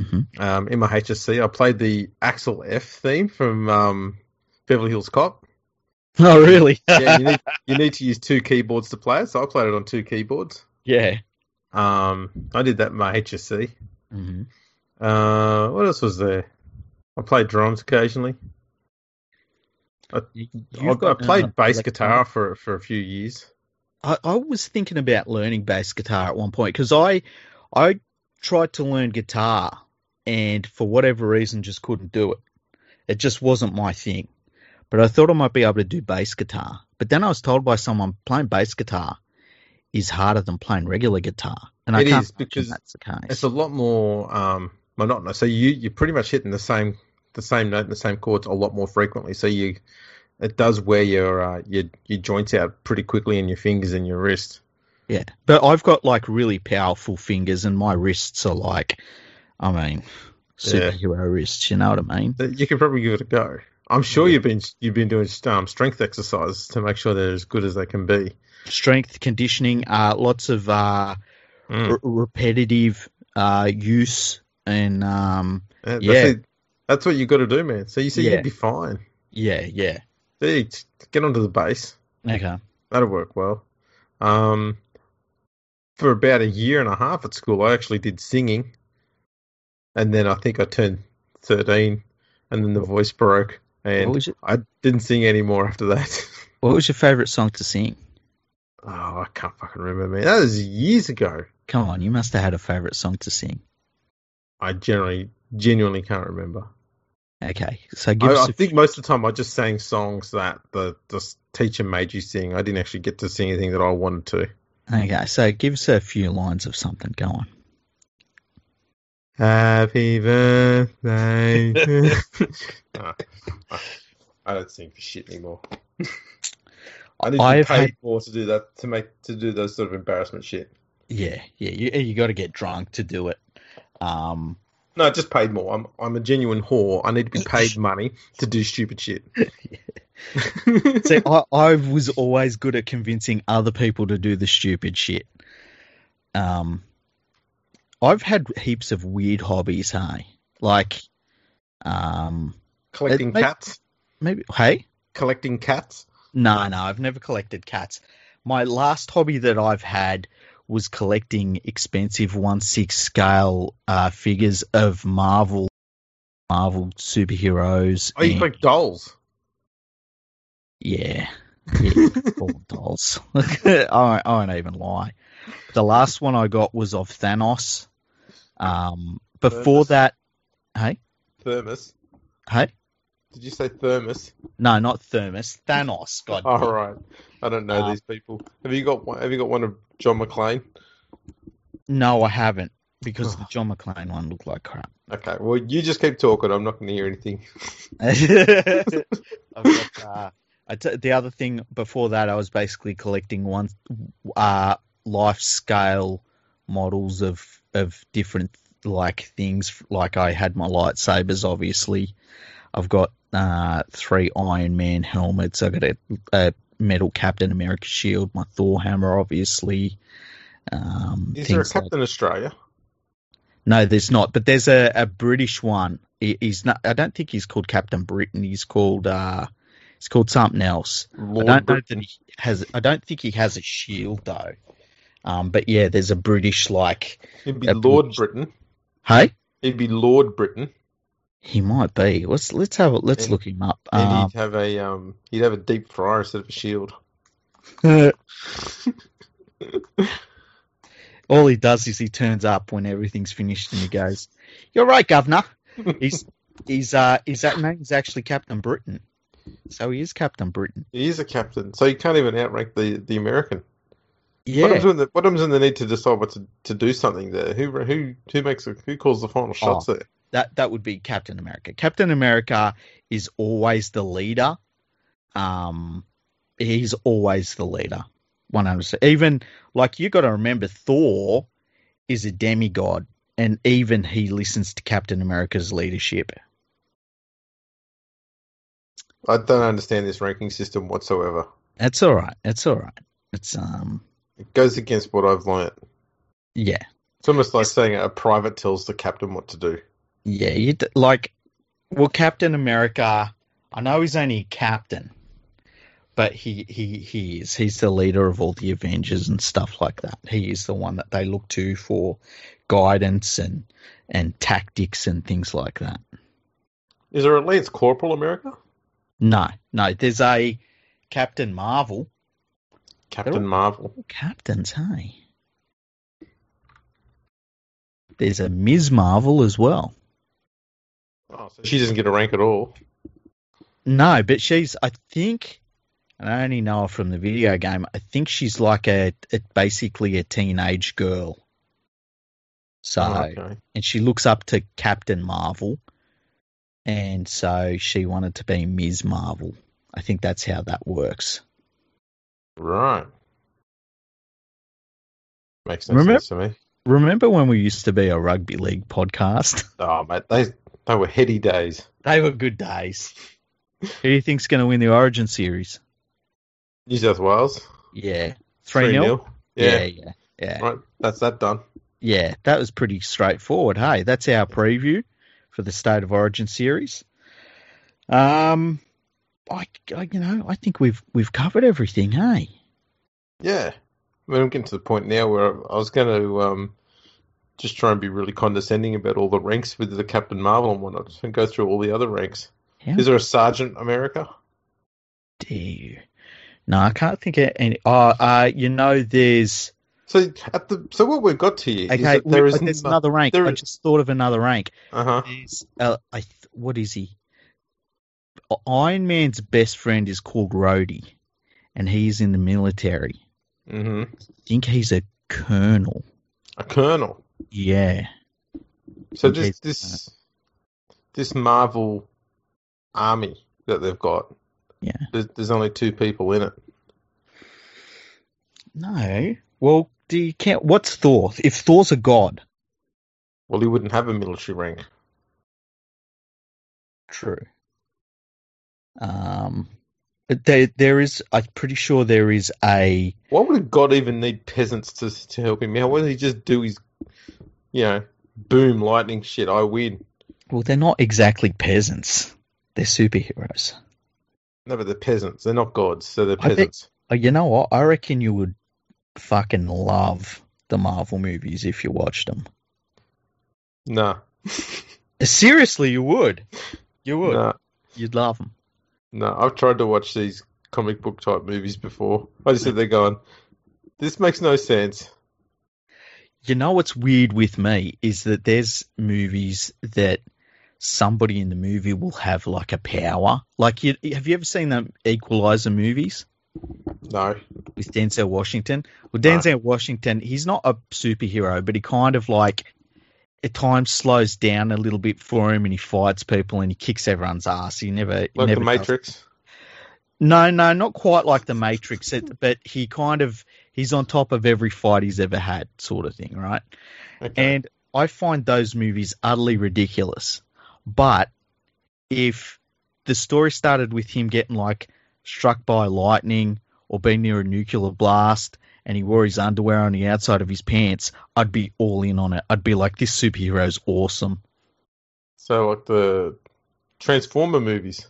Mhm.
Um, in my HSC, I played the Axel F theme from um, Beverly Hills Cop.
Oh, really?
Yeah, you need, you need to use two keyboards to play it, so I played it on two keyboards.
yeah.
Um, I did that in my HSC.
Mm-hmm.
Uh, what else was there? I played drums occasionally.
Mm-hmm.
I, I played
uh,
bass guitar for for a few years.
I, I was thinking about learning bass guitar at one point because I I tried to learn guitar and for whatever reason just couldn't do it. It just wasn't my thing. But I thought I might be able to do bass guitar. But then I was told by someone playing bass guitar is harder than playing regular guitar, and I
It
can't
is,
imagine
because
that's the case.
It's a lot more um, monotonous. So you you're pretty much hitting the same the same note and the same chords a lot more frequently. So you it does wear your uh, your your joints out pretty quickly in your fingers and your wrist.
Yeah, but I've got like really powerful fingers, and my wrists are like, I mean,
Yeah.
superhero wrists. You know what I mean?
But You could probably give it a go. I'm sure you've been you've been doing um, strength exercises to make sure they're as good as they can be.
Strength conditioning, uh, lots of uh,
Mm.
r- repetitive uh, use, and um,
Uh, That's
yeah.
it. That's what you got to do, man. So you see,
Yeah.
you'll be fine.
yeah, yeah.
Dude, get onto the base.
Okay.
That'll work well. Um, for about a year and a half at school, I actually did singing, and then I think I turned thirteen, and then the voice broke,
What
and
was, your,
I didn't sing anymore after that. (laughs)
what was your favorite song to sing?
oh, I can't fucking remember, man. That was years ago.
Come on, you must have had a favorite song to sing.
I generally, genuinely can't remember.
Okay, so give
I,
us.
I
a-
think most of the time I just sang songs that the the teacher made you sing. I didn't actually get to sing anything that I wanted to.
okay, so give us a few lines of something. Go on.
Happy
(laughs)
birthday. Ah, ah, I don't sing for shit anymore. I need to
I've
pay
had-
more to do that to make to do those sort of embarrassment shit.
Yeah, yeah. You you got to get drunk to do it. (laughs) Um.
No, just paid more. I'm I'm a genuine whore. I need to be paid money to do stupid
(laughs)
shit.
See, I, I was always good at convincing other people to do the stupid shit. Um, I've had heaps of weird hobbies, hey? Like, um,
collecting
It- it-
cats,
maybe, hey?
collecting cats.
No, no, I've never collected cats. My last hobby that I've had was collecting expensive 1 6 scale uh, figures of Marvel, Marvel superheroes.
Oh, you
and-
collect dolls.
Yeah.
(laughs)
Yeah, full dolls. (laughs) I, I won't even lie. The last one I got was of Thanos. Um, before
Thanos.
that, hey,
Thermos.
hey,
Did you say thermos?
no, not Thermos, Thanos. God,
All right. I don't know
Uh,
these people. Have you got one? Have you got one of John McClane?
no, I haven't
(sighs)
because the John McClane one looked like crap.
Okay. Well, you just keep talking. I'm not going to hear anything. (laughs)
I've got, uh, I t- the other thing before that, I was basically collecting one uh, life scale models of of different like things. Like I had my lightsabers, obviously. I've got uh, three Iron Man helmets. I've got a, a metal Captain America shield, my Thor hammer, obviously. Um,
Is there a
things like-
Captain Australia?
no, there's not. But there's a, a British one. He- He's not. I don't think he's called Captain Britain. He's called. Uh, he's called something else.
Lord
I don't know
Britain.
that he has. I don't think he has a shield though. Um, but yeah, there's a British like.
He'd be
Uh,
Lord Britain.
Hey,
He'd be Lord Britain,
he might be. Let's let's have a, let's
And-
look him up.
and
Um,
he'd have a um, he'd have a deep fryer instead of a shield.
(laughs) all he does is he turns up when everything's finished and he goes, "You're right, Governor." He's he's uh his that name's actually Captain Britain, so he is Captain Britain.
He is a captain, so you can't even outrank the the American.
Yeah.
What happens when the what happens when they need to decide what to, to do something there? Who who who makes the, who calls the
Oh.
final shots there?
that that would be Captain America. Captain America is always the leader. Um, he's always the leader. One hundred. Even like you got to remember, Thor is a demigod, and even he listens to Captain America's leadership.
I don't understand this ranking system whatsoever.
That's all right. That's all right. It's um,
It goes against what I've learnt.
yeah,
It's almost like saying a private tells the captain what to do.
yeah. You d- like, well, Captain America. I know he's only a captain, but he he he is. He's the leader of all the Avengers and stuff like that. He is the one that they look to for guidance and and tactics and things like that.
Is there a Lance Corporal America?
No, no. There's a Captain Marvel.
Captain Marvel.
Captains, hey. There's a Ms. Marvel as well.
Oh, so she doesn't get a rank at all.
No, but she's, I think, and I only know her from the video game, I think she's like a, a basically a teenage girl. So,
Oh, okay.
and she looks up to Captain Marvel. And so she wanted to be Ms. Marvel. I think that's how that works.
Right. Makes no
Remember-
sense to me.
Remember when we used to be a rugby league podcast? (laughs)
Oh, mate, they, they were heady days.
They were good days. Who do you think's going to win the Origin series?
New South Wales.
Yeah,
3
three 0
nil. Yeah.
yeah, yeah,
Right. That's that done.
yeah. That was pretty straightforward. Hey, that's our preview for the State of Origin series. Um, I, I you know, I think we've we've covered everything. Hey,
Yeah. I mean, I'm getting to the point now where I was going to um, just try and be really condescending about all the ranks with the Captain Marvel and whatnot and go through all the other ranks.
Yeah.
Is there a Sergeant America?
do you? No, I can't think of any. Oh, uh, you know, there's
So at the so what we've got here is
okay.
that there
we-
is
there's
no-
another rank.
there
I
is-
just thought of another rank.
uh-huh.
There's, uh, I th- what is he? Iron Man's best friend is called Rhodey, and he's in the military.
hmm
I think he's a colonel.
a colonel.
Yeah.
So
Okay.
this this this Marvel army that they've got.
Yeah.
There's, there's only two people in it.
No. Well, do you count? What's Thor? If Thor's a god,
Well, he wouldn't have a military rank.
true. Um, but there, there is. I'm pretty sure there is a.
Why would a god even need peasants to to help him out? Why don't he just do his, you know, boom lightning shit? I win.
Well, they're not exactly peasants. They're superheroes.
No, but they're peasants. They're not gods, so they're
I think-
peasants.
Oh, you know what? I reckon you would fucking love the Marvel movies if you watched them.
Nah,
Seriously, you would. You would.
nah,
You'd love them.
nah. I've tried to watch these comic book type movies before. I just sit there going, "This makes no sense."
You know what's weird with me is that there's movies that somebody in the movie will have like a power. Like, you, have you ever seen the Equalizer movies
No,
with Denzel Washington? Well,
No.
Denzel Washington, he's not a superhero, but he kind of like at times slows down a little bit for him, and he fights people and he kicks everyone's ass. He never he
like
never
the
does-
Matrix.
No, no, not quite like the Matrix, it- but he kind of he's on top of every fight he's ever had, sort of thing, right?
Okay.
And I find those movies utterly ridiculous. But if the story started with him getting like struck by lightning or being near a nuclear blast and he wore his underwear on the outside of his pants, I'd be all in on it. I'd be like, this superhero's awesome.
so like the Transformer movies.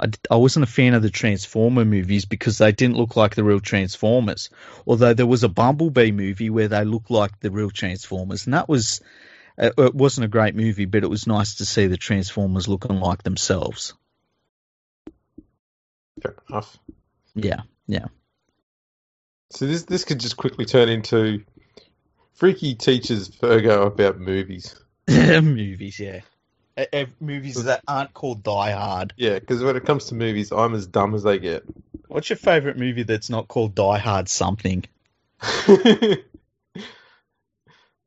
I, d- I wasn't a fan of the Transformer movies because they didn't look like the real Transformers. Although there was a Bumblebee movie where they looked like the real Transformers, and that was uh, it wasn't a great movie, but it was nice to see the Transformers looking like themselves.
Fair enough.
Yeah, (laughs)
So this this could just quickly turn into freaky teaches Virgo about movies.
movies. Yeah, Uh, uh, movies that aren't called Die Hard.
Yeah, because when it comes to movies, I'm as dumb as they get. (laughs)
What's your favorite movie that's not called Die Hard something?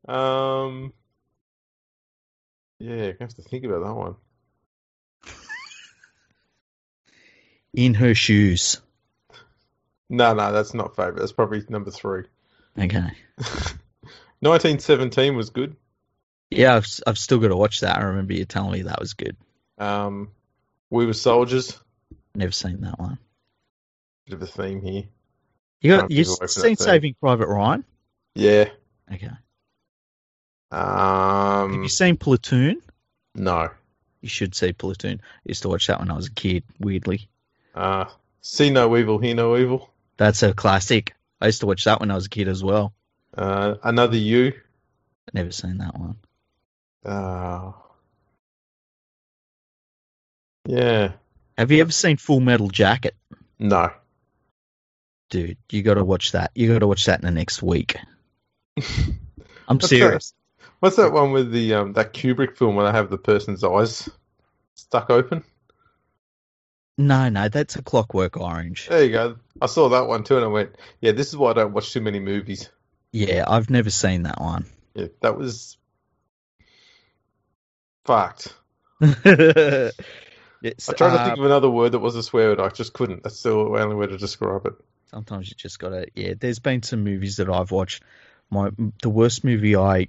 um, yeah, I have to think about that one.
In her shoes.
No, no, that's not favorite. That's probably number three.
Okay.
1917 was good.
Yeah, I've, I've still got to watch that. I remember you telling me that was good.
Um, we were soldiers.
Never seen that one.
Bit of a theme here.
You
Can't
got you've
give away from
seen
that thing.
Saving Private Ryan?
Yeah.
Okay. Have
Um,
you seen Platoon?
no.
You should see Platoon. I used to watch that when I was a kid. Weirdly,
Uh, see no evil, hear no evil.
that's a classic. I used to watch that when I was a kid as well.
Uh, another you.
Never seen that one.
Uh, yeah.
Have you ever seen Full Metal Jacket,
No.
dude? You got to watch that. You got to watch that in the
(laughs)
next week. I'm
That's
serious.
What's that one with the um that Kubrick film where they have the person's eyes stuck open?
No, no, that's a Clockwork Orange.
There you go. I saw that one too, and I went, "Yeah, this is why I don't watch too many movies."
Yeah, I've never seen
(laughs)
that one. (laughs)
Yeah, that was fucked.
It's,
I tried to
uh,
think of another word that was a swear word. I just couldn't. That's the only way to describe it.
sometimes you just gotta yeah there's been some movies that i've watched my the worst movie i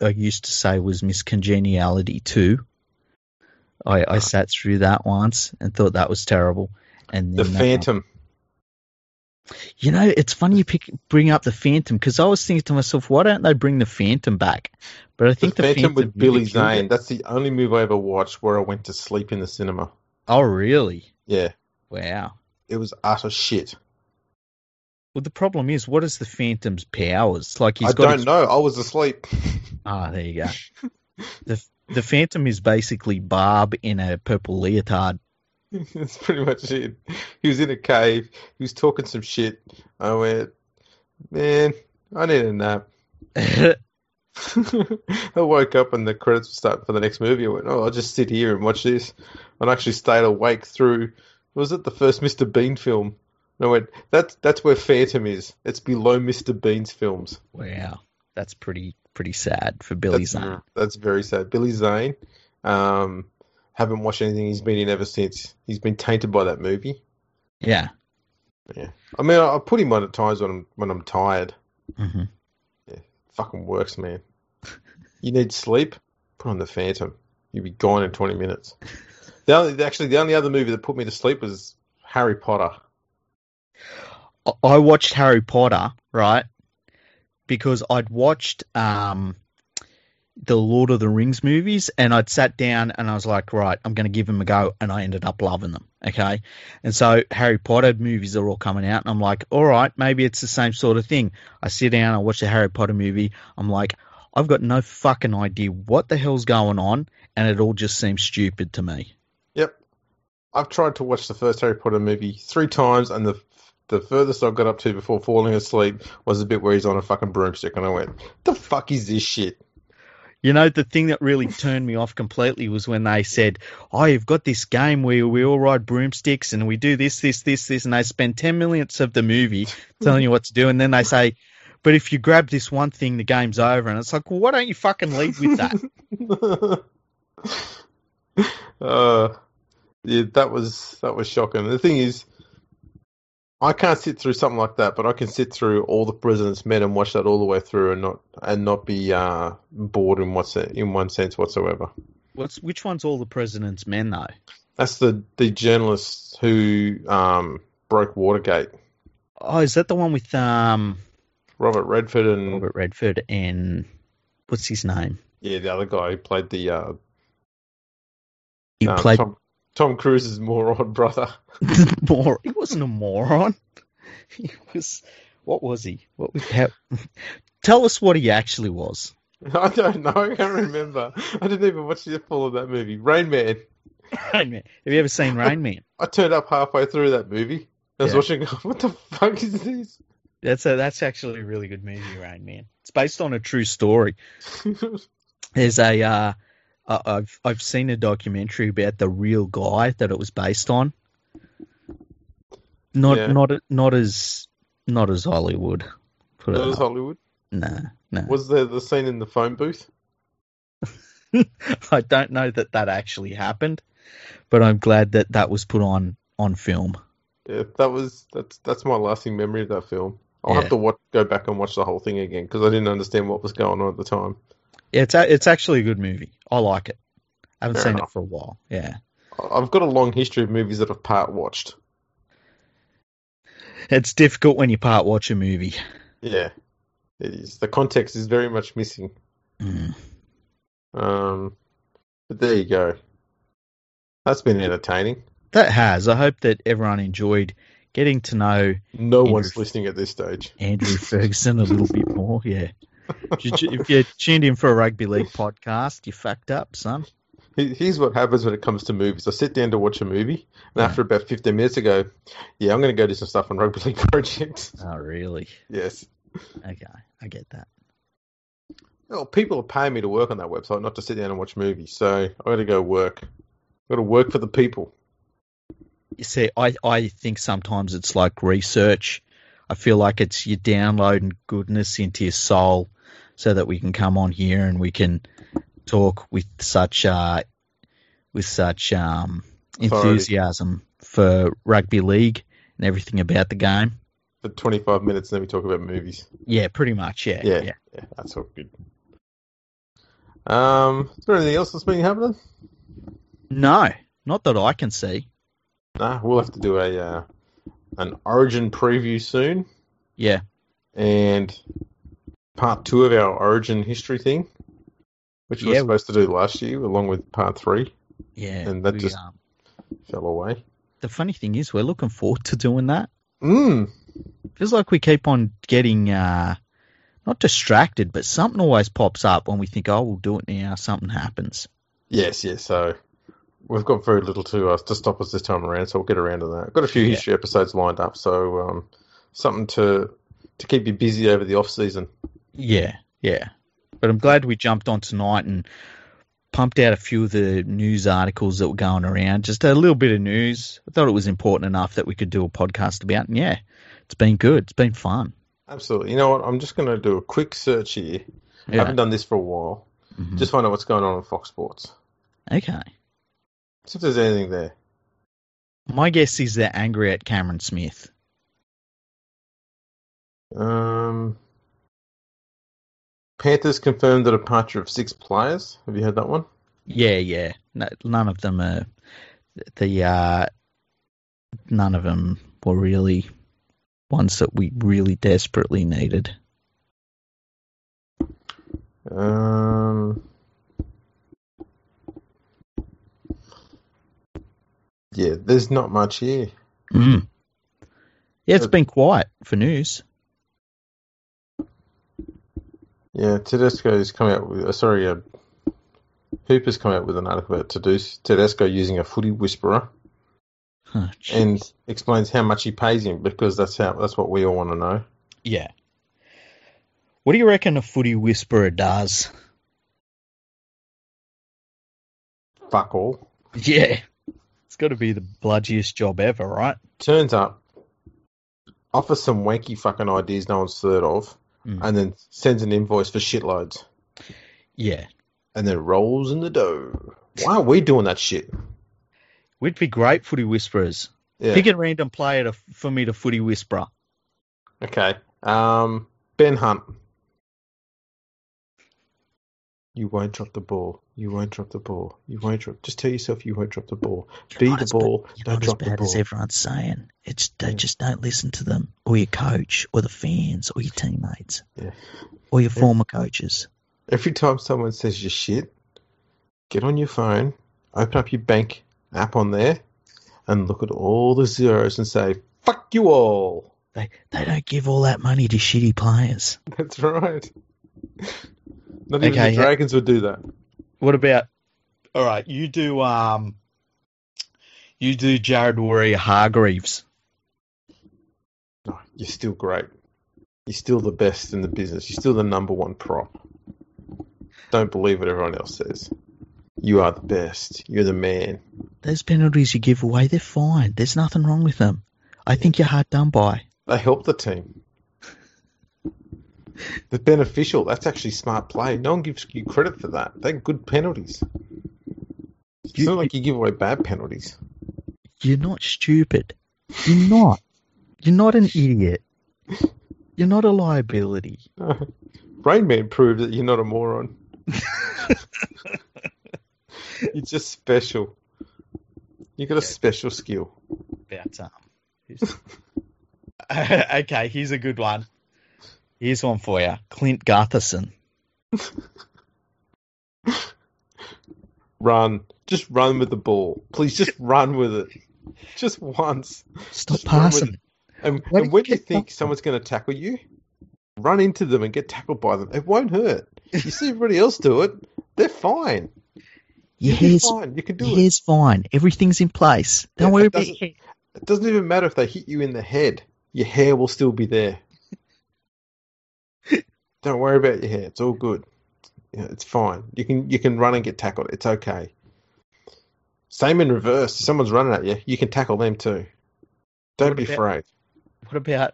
i used to say was miss congeniality 2 i
Ah.
i sat through that once and thought that was terrible and
The
then, uh,
Phantom.
you know it's funny you pick bring up the phantom because i was thinking to myself why don't they bring the phantom back but i
The
think the,
Phantom, with
movie
Billy
killed it.
Zane. That's the only movie I ever watched where I went to sleep in the cinema.
oh really
Yeah,
wow
it was utter shit.
well the problem is what is the phantom's powers like he's
I
got
don't know. I was asleep. (laughs)
Ah, there you go. the The Phantom is basically Barb in a purple leotard. (laughs)
That's pretty much it. He was in a cave. He was talking some shit. I went, man, I need a nap. (laughs) I woke up and the credits were starting for the next movie. I went, oh, I'll just sit here and watch this. And I actually stayed awake through. Was it the first Mr. Bean film? And I went, that's that's where Phantom is. It's below Mr. Bean's films.
wow, that's pretty pretty sad for Billy
That's,
Zane.
that's very sad. Billy Zane. Um, haven't watched anything he's been in ever since. He's been tainted by that movie.
Yeah.
I mean, I, I put him on at times when I'm when I'm tired.
hmm
Fucking works, man. You need sleep. Put on the Phantom. You'll be gone in twenty minutes. The only, actually, the only other movie that put me to sleep was Harry Potter.
I, I watched Harry Potter right because I'd watched um the Lord of the Rings movies, and I'd sat down and I was like, right, I'm going to give them a go, and I ended up loving them. Okay, and so Harry Potter movies are all coming out, and I'm like, all right, maybe it's the same sort of thing. I sit down, I watch the Harry Potter movie, I'm like, I've got no fucking idea what the hell's going on, and it all just seems stupid to me.
Yep, I've tried to watch the first Harry Potter movie three times, and the the furthest I got up to before falling asleep was the bit where he's on a fucking broomstick, and I went, "The fuck is this shit?"
You know, the thing that really turned me off completely was when they said, Oh, you've got this game where we all ride broomsticks and we do this, this, this, this. And they spend 10 millionths of the movie telling you what to do. And then they say, But if you grab this one thing, the game's over. And it's like, Well, why don't you fucking lead with that?
(laughs) uh, yeah, that was that was shocking. The thing is, I can't sit through something like that, but I can sit through all the President's Men and watch that all the way through and not and not be uh, bored in what's in one sense whatsoever.
What's, which one's all the president's men, though?
That's the the journalists who um, broke Watergate,
Oh, is that the one with um,
Robert Redford and
Robert Redford and what's his name?
yeah, the other guy who played the uh,
He
um,
played
Tom, Tom Cruise's moron brother.
(laughs) mor- He wasn't a moron. (laughs) He was. What was he? (laughs) What was, how, tell us what he actually was.
(laughs) I don't know. I can't remember. I didn't even watch the full of that movie. Rain Man.
Rain Man. Have you ever seen Rain Man?
I turned up halfway through that movie. I was
Yeah.
watching. (laughs) What the fuck is this? (laughs)
That's a, that's actually a really good movie, Rain Man. It's based on a true story. There's a uh, I- I've I've seen a documentary about the real guy that it was based on. Not
Yeah.
not not as not as Hollywood, Put
That was
it up.
Hollywood.
No, no.
Was there the scene in the phone booth?
(laughs) I don't know that that actually happened, but I'm glad that that was put on on film.
Yeah, that was that's that's my lasting memory of that film. I'll
Yeah.
have to watch, go back and watch the whole thing again because I didn't understand what was going on at the time.
Yeah, it's a, it's actually a good movie. I like it. I haven't
Fair
seen
enough.
it for a while. Yeah,
I- I've got a long history of movies that I've part watched.
it's difficult when you part watch a movie.
Yeah, it is. The context is very much missing.
Mm.
Um, but there you go. That's been entertaining.
That has. I hope that everyone enjoyed getting to know
No one's
Interesting.
listening at this stage.
Andrew (laughs) Ferguson a little bit more. Yeah. If you- If you tuned in for a rugby league podcast, you fucked up, son.
Here- Here's what happens when it comes to movies. I sit down to watch a movie, and
Yeah.
after about 15 minutes, I go, "Yeah, I'm going to go do some stuff on rugby league (laughs) projects."
Oh, really?
yes.
Okay, I get that.
Well, people are paying me to work on that website, not to sit down and watch movies. So I got to go work. Got to work for the people.
You see, I, I think sometimes it's like research. I feel like it's you downloading goodness into your soul so that we can come on here and we can talk with such uh, with such um,
Authority.
enthusiasm for rugby league and everything about the game.
for 25 minutes and then we talk about movies.
Yeah, pretty much. Yeah,
Yeah.
yeah.
Yeah, that's all good. Um, is there anything else that's been happening?
No, not that I can see.
Nah, we'll have to do a uh, an origin preview soon
Yeah,
and part two of our origin history thing, which we
Yeah.
were supposed to do last year, along with part three,
yeah.
And that just-
um,
fell away.
the funny thing is, we're looking forward to doing that.
Mm,
feels like we keep on getting uh, not distracted, but something always pops up when we think, "Oh, we'll do it now." Something happens.
yes, yes. So we've got very little to us to stop us this time around, so we'll get around to that. Got a few
Yeah.
history episodes lined up, so um, something to to keep you busy over the off season.
Yeah, yeah. But I'm glad we jumped on tonight and pumped out a few of the news articles that were going around. Just a little bit of news. I thought it was important enough that we could do a podcast about. And yeah, it's been good. It's been fun.
Absolutely. You know what? I'm just going to do a quick search here. I
Yeah.
haven't done this for a while.
Mhm.
Just find out what's going on on Fox Sports.
Okay.
See if there's anything there.
My guess is they're angry at Cameron Smith.
Um, Panthers confirmed the departure of six players. Have you heard that one?
Yeah, yeah. No, none of them are the uh, none of them were really ones that we really desperately needed.
Um, yeah, there's not much here.
Mm. Yeah, it's
Uh,
been quiet for news.
Yeah, Tedesco's come out with. Uh, sorry, uh, Hooper's come out with an article about Tedes- Tedesco using a footy whisperer.
Huh, gee.
and explains how much he pays him because that's how that's what we all want to know.
yeah. What do you reckon a footy whisperer does?
Fuck all.
Yeah. It's got to be the bludgiest job ever, right?
Turns up, offers some wanky fucking ideas no one's heard of,
Mm.
and then sends an invoice for shitloads,
Yeah.
and then rolls in the dough. Why are we doing that shit?
We'd be great footy whisperers.
Yeah.
Pick a random player to, for me to footy whisperer.
Okay. Um, Ben Hunt. You won't drop the ball. You won't drop the ball. You won't drop. Just tell yourself you won't drop the ball. Be
not
the
as bad-
ball.
You're
Don't
not as
drop the
bad as
ball.
everyone's saying. It's they
Yeah.
just don't listen to them, or your coach, or the fans, or your teammates,
Yeah.
or your former coaches.
Every time someone says your shit, get on your phone, open up your bank app on there, and look at all the zeros and say, fuck you all. (laughs)
They they don't give all that money to shitty players.
That's right. Not even
Okay,
the
yeah.
dragons would do that.
What about? All right, you do um, you do Jared Warrior Hargreaves.
No, you're still great. You're still the best in the business. You're still the number one prop. Don't believe what everyone else says. You are the best. You're the man.
Those penalties you give away, they're fine. There's nothing wrong with them. I think you're hard done by.
They help the team. The beneficial, that's actually smart play. No one gives you credit for that. They're good penalties. It's
You-
not like you give away bad penalties.
You're not stupid. You're not. You're not an idiot. You're not a liability.
Rain Man proved that you're not a moron. you're just special. You got a special skill.
About time. Who's- (laughs)
(laughs)
okay, here's a good one. Here's one for you, Clint Gutherson.
Run. Just run with the ball. Please just run with it. Just once.
Stop
Just run with
passing.
And,
Why
and
do
when
you
you
get
think
tackled?
someone's going to tackle you, run into them and get tackled by them. It won't hurt. You see everybody else do it, they're fine. You're
Your hair's,
fine. You can do
your
it.
hair's fine. Everything's in place. Don't
Yeah,
worry
it
about
doesn't-
your hair.
It doesn't even matter if they hit you in the head. Your hair will still be
(laughs)
there. Don't worry about your hair. It's all good. Yeah, it's fine. You can you can run and get tackled. It's okay. Same in reverse. If someone's running at you, you can tackle them too. Don't
What
be
about-
afraid.
What about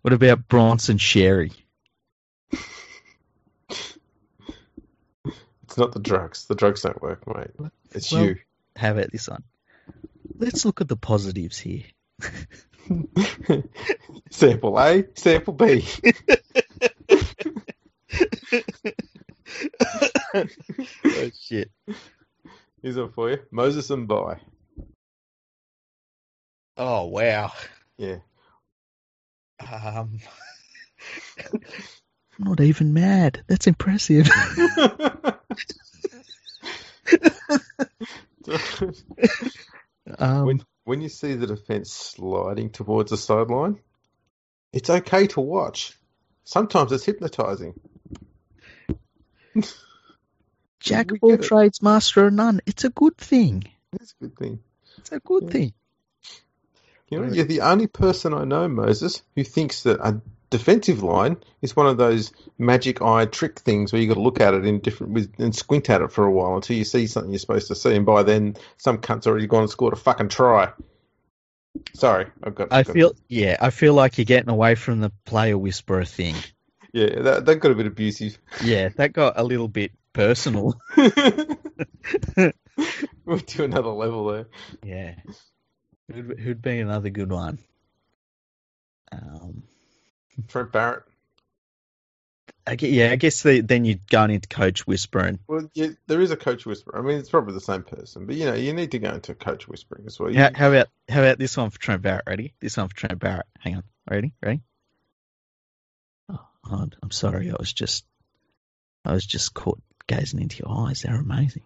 what about Bronson Sherry?
It's not the drugs. The drugs don't work, mate. It's
Well-
you.
How about this one? Let's look at the positives here.
(laughs) sample A, sample B.
oh shit.
Here's one for you. Moses and Bai.
Oh wow.
(laughs) Yeah.
Um I'm (laughs) not even mad.
(laughs)
That's impressive. Um,
when, when you see the defence sliding towards the sideline, it's okay to watch. Sometimes it's hypnotising.
Jack
we
of all
get it.
trades, master of none. It's a good thing.
That's a good thing.
It's a good
Yeah.
thing.
You know,
Right.
you're the only person I know, Moses, who thinks that a defensive line is one of those magic eye trick things where you got to look at it in different with, and squint at it for a while until you see something you're supposed to see, and by then some cunt's already gone and scored a fucking try. Sorry, I've got.
I
I've got-
feel yeah, I feel like you're getting away from the player whisperer thing.
Yeah, that, that got a bit
(laughs)
abusive.
Yeah, that got a little bit personal. (laughs)
We're to another level there.
Yeah. Who'd, who'd be another good one? Um
Trent Barrett.
I gue- yeah, I guess the, then you're going into coach whispering.
Well, yeah, there is a coach whisperer. I mean, it's probably the same person, but you know, you need to go into coach whispering as well. You-
How, how about how about this one for Trent Barrett? Ready? This one for Trent Barrett. Hang on. Ready? Ready? Oh, I'm, I'm sorry. I was just I was just caught gazing into your eyes. They're amazing.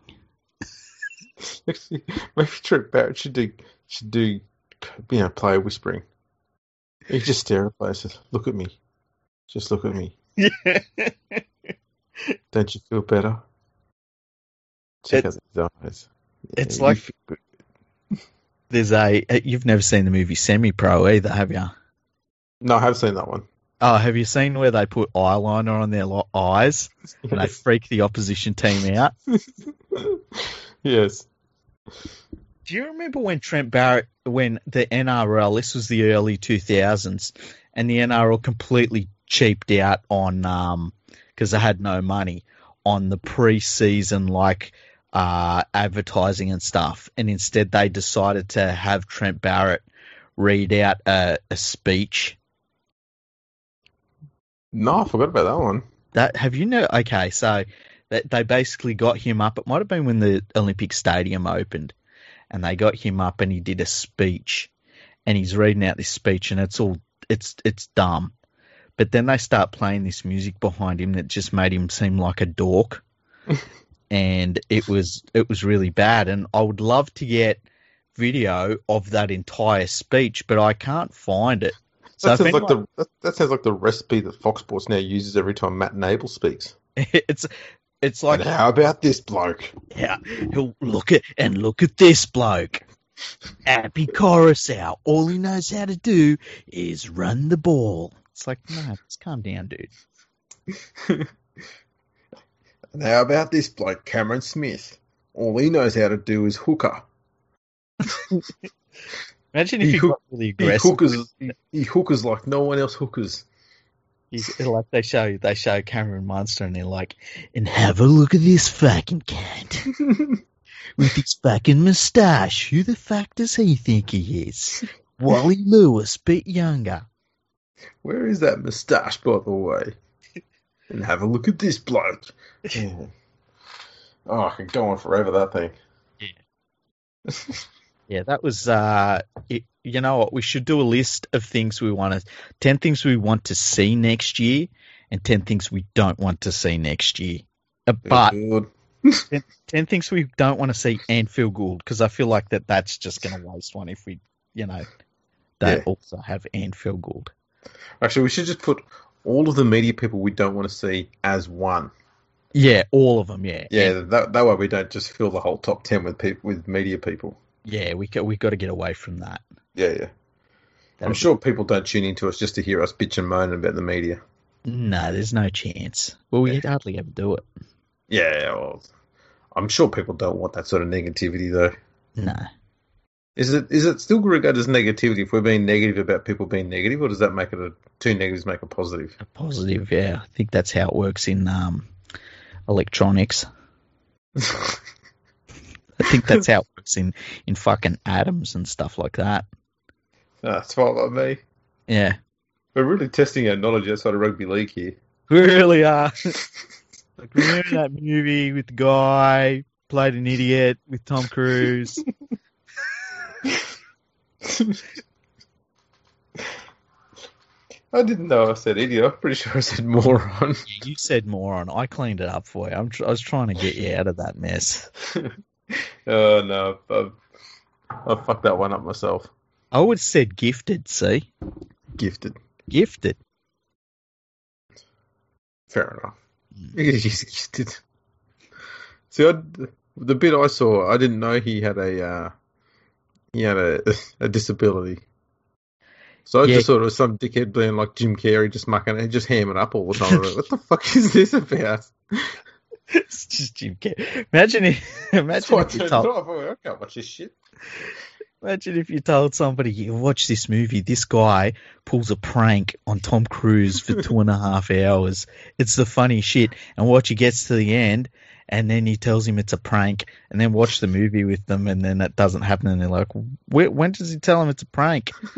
Actually, maybe Trent Barrett should do should do you know player whispering. He just stare at players. Says, look at me, just look at me.
Yeah.
Don't you feel better? Check
It's-
out his eyes.
it's
you
like-
feel good.
(laughs) There's a uh, you've never seen the movie Semi Pro either, have you?
no, I have seen that one.
Oh, have you seen where they put eyeliner on their lo- eyes and they
Yes. (laughs)
freak the opposition team out?
yes.
Do you remember when Trent Barrett, when the NRL, this was the early 2000s, and the NRL completely cheaped out on, um 'cause because they had no money, on the pre-season, like, uh, advertising and stuff. And instead they decided to have Trent Barrett read out a, a speech.
No, I forgot about that one.
That Have you know? Okay, so that, they basically got him up. It might have been when the Olympic Stadium opened. and they got him up and he did a speech and he's reading out this speech and it's all it's it's dumb but then they start playing this music behind him that just made him seem like a dork and it was it was really bad and I would love to get video of that entire speech but I can't find it so
That
if
sounds like
anyone-
the that, that sounds like the recipe that Fox Sports now uses every time Matt Nable speaks.
(laughs) it's it's like
and how about this bloke?
Yeah, he'll look at and look at this bloke. Happy Coruscant. All he knows how to do is run the ball. It's like, no, just calm down, dude.
And how about this bloke, Cameron Smith? All he knows how to do is hooker.
Imagine
if he got
really
He hookers, he, he hookers like no one else hookers.
He's, like they show they show Cameron Munster and they're like, and have a look at this fucking cat with his fucking moustache. Who the fuck does he think he (laughs) is? Wally Lewis, bit younger.
Where is that moustache, by the way? And have a look at this bloke. oh, I could go on forever, that thing.
Yeah, that was. Uh, it, you know what? We should do a list of things we want to, ten things we want to see next year, and ten things we don't want to see next year. Uh, But
Good.
ten things we don't want to see and feel good because I feel like that that's just going to waste one if we, you know, they
Yeah.
also have and feel good.
Actually, we should just put all of the media people we don't want to see as one.
Yeah, all of them. Yeah,
Yeah, that, that way we don't just fill the whole top ten with peop with media people.
yeah. We got we got to get away from that.
Yeah, yeah.
That'd
I'm
be-
sure people don't tune into us just to hear us bitch and moan about the media.
No, there's no chance. Well, we
Yeah.
could hardly ever do it.
Yeah, well, I'm sure people don't want that sort of negativity though.
No.
Is it is it still regarded as negativity if we're being negative about people being negative, or does that make it a two negatives make a positive? (laughs)
A positive, yeah. I think that's how it works in um, electronics. I think that's (laughs) how it works in, in fucking atoms and stuff like that.
That's fine by me.
Yeah.
We're really testing our knowledge outside of rugby league here.
We really are. (laughs) like, remember that movie with the guy played an idiot with Tom (laughs) Cruise?
I didn't know I said idiot. I'm pretty (laughs) sure I said moron. (laughs)
yeah, you said moron. I cleaned it up for you. I'm tr- I was trying to get you out of that mess.
Oh no, I, I fucked that one up myself.
I would have said gifted, see?
Gifted.
Gifted.
Fair (laughs) enough. It is just gifted. See, I, the bit I saw, I didn't know he had a uh, he had a, (laughs) a disability. So I
Yeah.
just thought it was some dickhead being like Jim Carrey, just mucking and just hamming up all the time. I'm like, what the (laughs) fuck is this about?
(laughs) it's just Jim Carrey. Imagine if, (laughs)
That's
imagine
why I
if you
turned it
told,
off. I can't watch this shit. (laughs)
Imagine if you told somebody, you watch this movie, this guy pulls a prank on Tom Cruise for two and a half hours. It's the funny shit. And watch, he gets to the end, and then he tells him it's a prank, and then watch the movie with them, and then that doesn't happen. And they're like, "Wh- when does he tell him it's a prank? (laughs)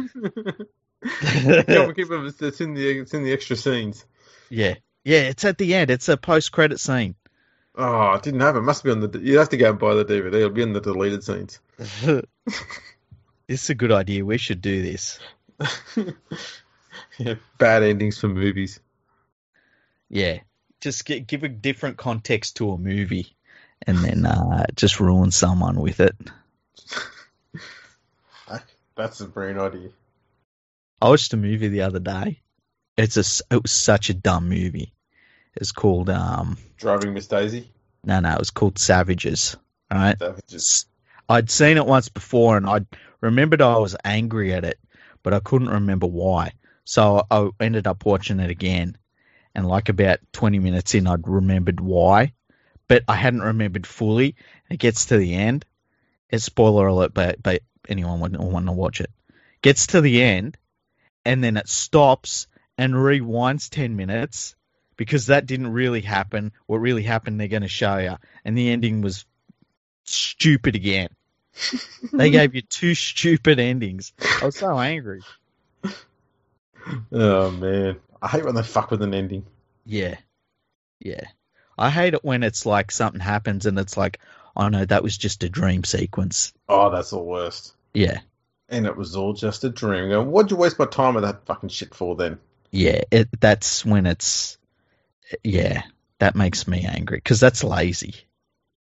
yeah, we keep it. It's in the it's in the extra scenes.
yeah. Yeah, it's at the end. It's a post credit scene.
Oh, I didn't have it. Must be on the. You would have to go and buy the DVD. It'll be in the deleted scenes.
this is a good idea. We should do this.
(laughs) yeah, bad endings for movies.
Yeah. Just gi- give a different context to a movie and then uh, just ruin someone with it.
That's a brilliant idea.
I watched a movie the other day. It's a, s- it was such a dumb movie. It's called, um,
Driving Miss Daisy.
no, no, it was called Savages. All right.
Savages.
S- I'd seen it once before and I remembered I was angry at it, but I couldn't remember why. So I ended up watching it again. And like about 20 minutes in, I'd remembered why, but I hadn't remembered fully. It gets to the end. It's spoiler alert, but, but anyone would want to watch it. Gets to the end and then it stops and rewinds 10 minutes because that didn't really happen. What really happened, they're going to show you. And the ending was stupid again. (laughs) They gave you two stupid endings. I was so angry.
(laughs) Oh man, I hate when they fuck with an ending.
Yeah. Yeah. I hate it when it's like something happens and it's like, oh no, that was just a dream sequence.
Oh, that's the worst.
Yeah.
And it was all just a dream. Going, what'd you waste my time with that fucking shit for then?
Yeah. It, that's when it's, yeah, that makes me angry because that's lazy.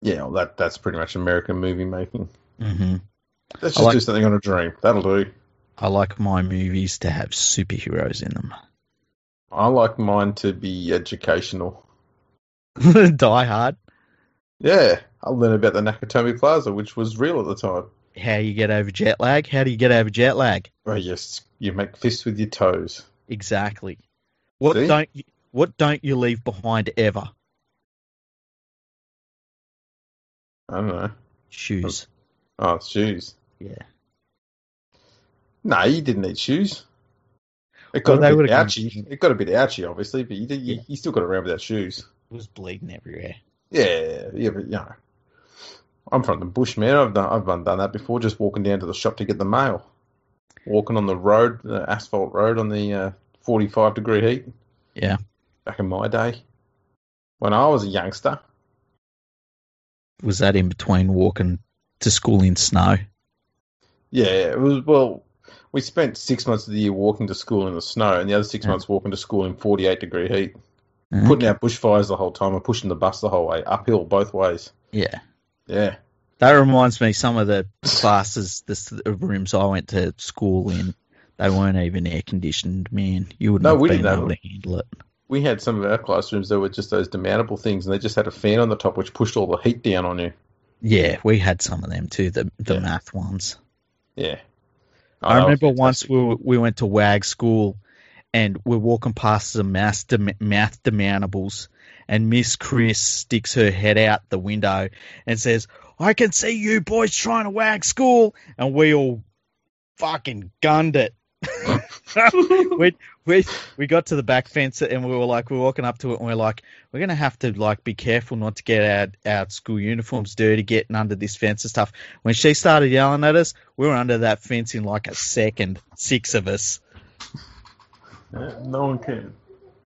Yeah, well, that that's pretty much American movie making.
hmm
Let's just
I like-
do something on a dream. That'll do.
I like my movies to have superheroes in
I like mine to be educational.
them. (laughs) Die Hard,
Yeah, I learned about the Nakatomi Plaza, which was real at the time.
how you get over jet lag? How do you get over jet lag?
Oh yes, you make fists with your toes.
Exactly. What
See?
don't you, what don't you leave behind ever?
I don't know.
Shoes.
Oh, it's shoes.
Yeah.
No, you didn't need shoes. It got
Well, they
a bit
would've
ouchy.
come-
It got a bit ouchy, obviously, but you, did- you, you still got around without shoes.
It was bleeding everywhere.
Yeah, yeah, but you know, I'm from the bush, man. I've done, I've done done that before. Just walking down to the shop to get the mail, walking on the road, the asphalt road on the uh, 45 degree heat.
Yeah.
back in my day, when I was a youngster.
Was that in between walking to school in snow?
Yeah, it was. Well, we spent six months of the year walking to school in the snow, and the other six
Yeah.
months walking to school in 48 degree heat,
Huh?
putting out bushfires the whole time and pushing the bus the whole way uphill both ways.
Yeah.
Yeah.
That reminds me some of the classes, this, the rooms I went to school in, they weren't even air conditioned, man. You would
No,
not
we
have been
didn't have
able
them.
to handle it.
we had some of our classrooms that were just those demountable things, and they just had a fan on the top which pushed all the heat down on you.
Yeah, we had some of them too, the, the
Yeah.
math ones.
Yeah.
I
Oh, that was (laughs)
remember once
fantastic.
we were, we went to WAG school, and we're walking past the math dem- math demountables, and Miss Chris sticks her head out the window and says, "I can see you boys trying to wag school," and we all fucking gunned it. we we we got to the back fence and we were like we're walking up to it and we're like we're gonna have to like be careful not to get our our school uniforms dirty getting under this fence and stuff. When she started yelling at us, we were under that fence in like a second, six of us.
Yeah, no one can.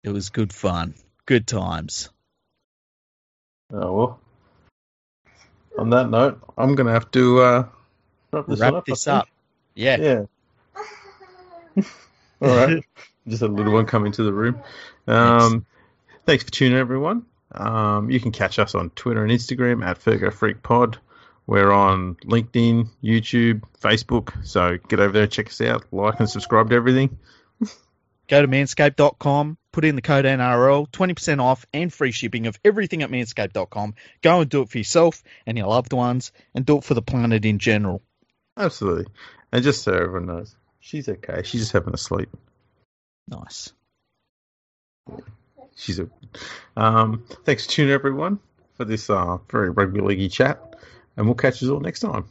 It was good fun, good times.
Oh well. On that note, I'm gonna have to uh, wrap this
Wrap
one up. I
this
think.
up. Yeah.
Yeah. (laughs) All right. (laughs) Just had a little one come into the room. Um, thanks for tuning in, everyone. Um, you can catch us on Twitter and Instagram at Fergo Freak Pod. We're on LinkedIn, YouTube, Facebook. So get over there, check us out, like and subscribe to everything.
Go to manscaped.com, put in the code NRL, 20% off and free shipping of everything at manscaped.com. Go and do it for yourself and your loved ones and do it for the planet in general.
Absolutely. And just so everyone knows, she's okay. She's just having a sleep.
Nice.
She's a. Um, thanks for tuning in, everyone, for this uh, very rugby leaguey chat. And we'll catch you all next time.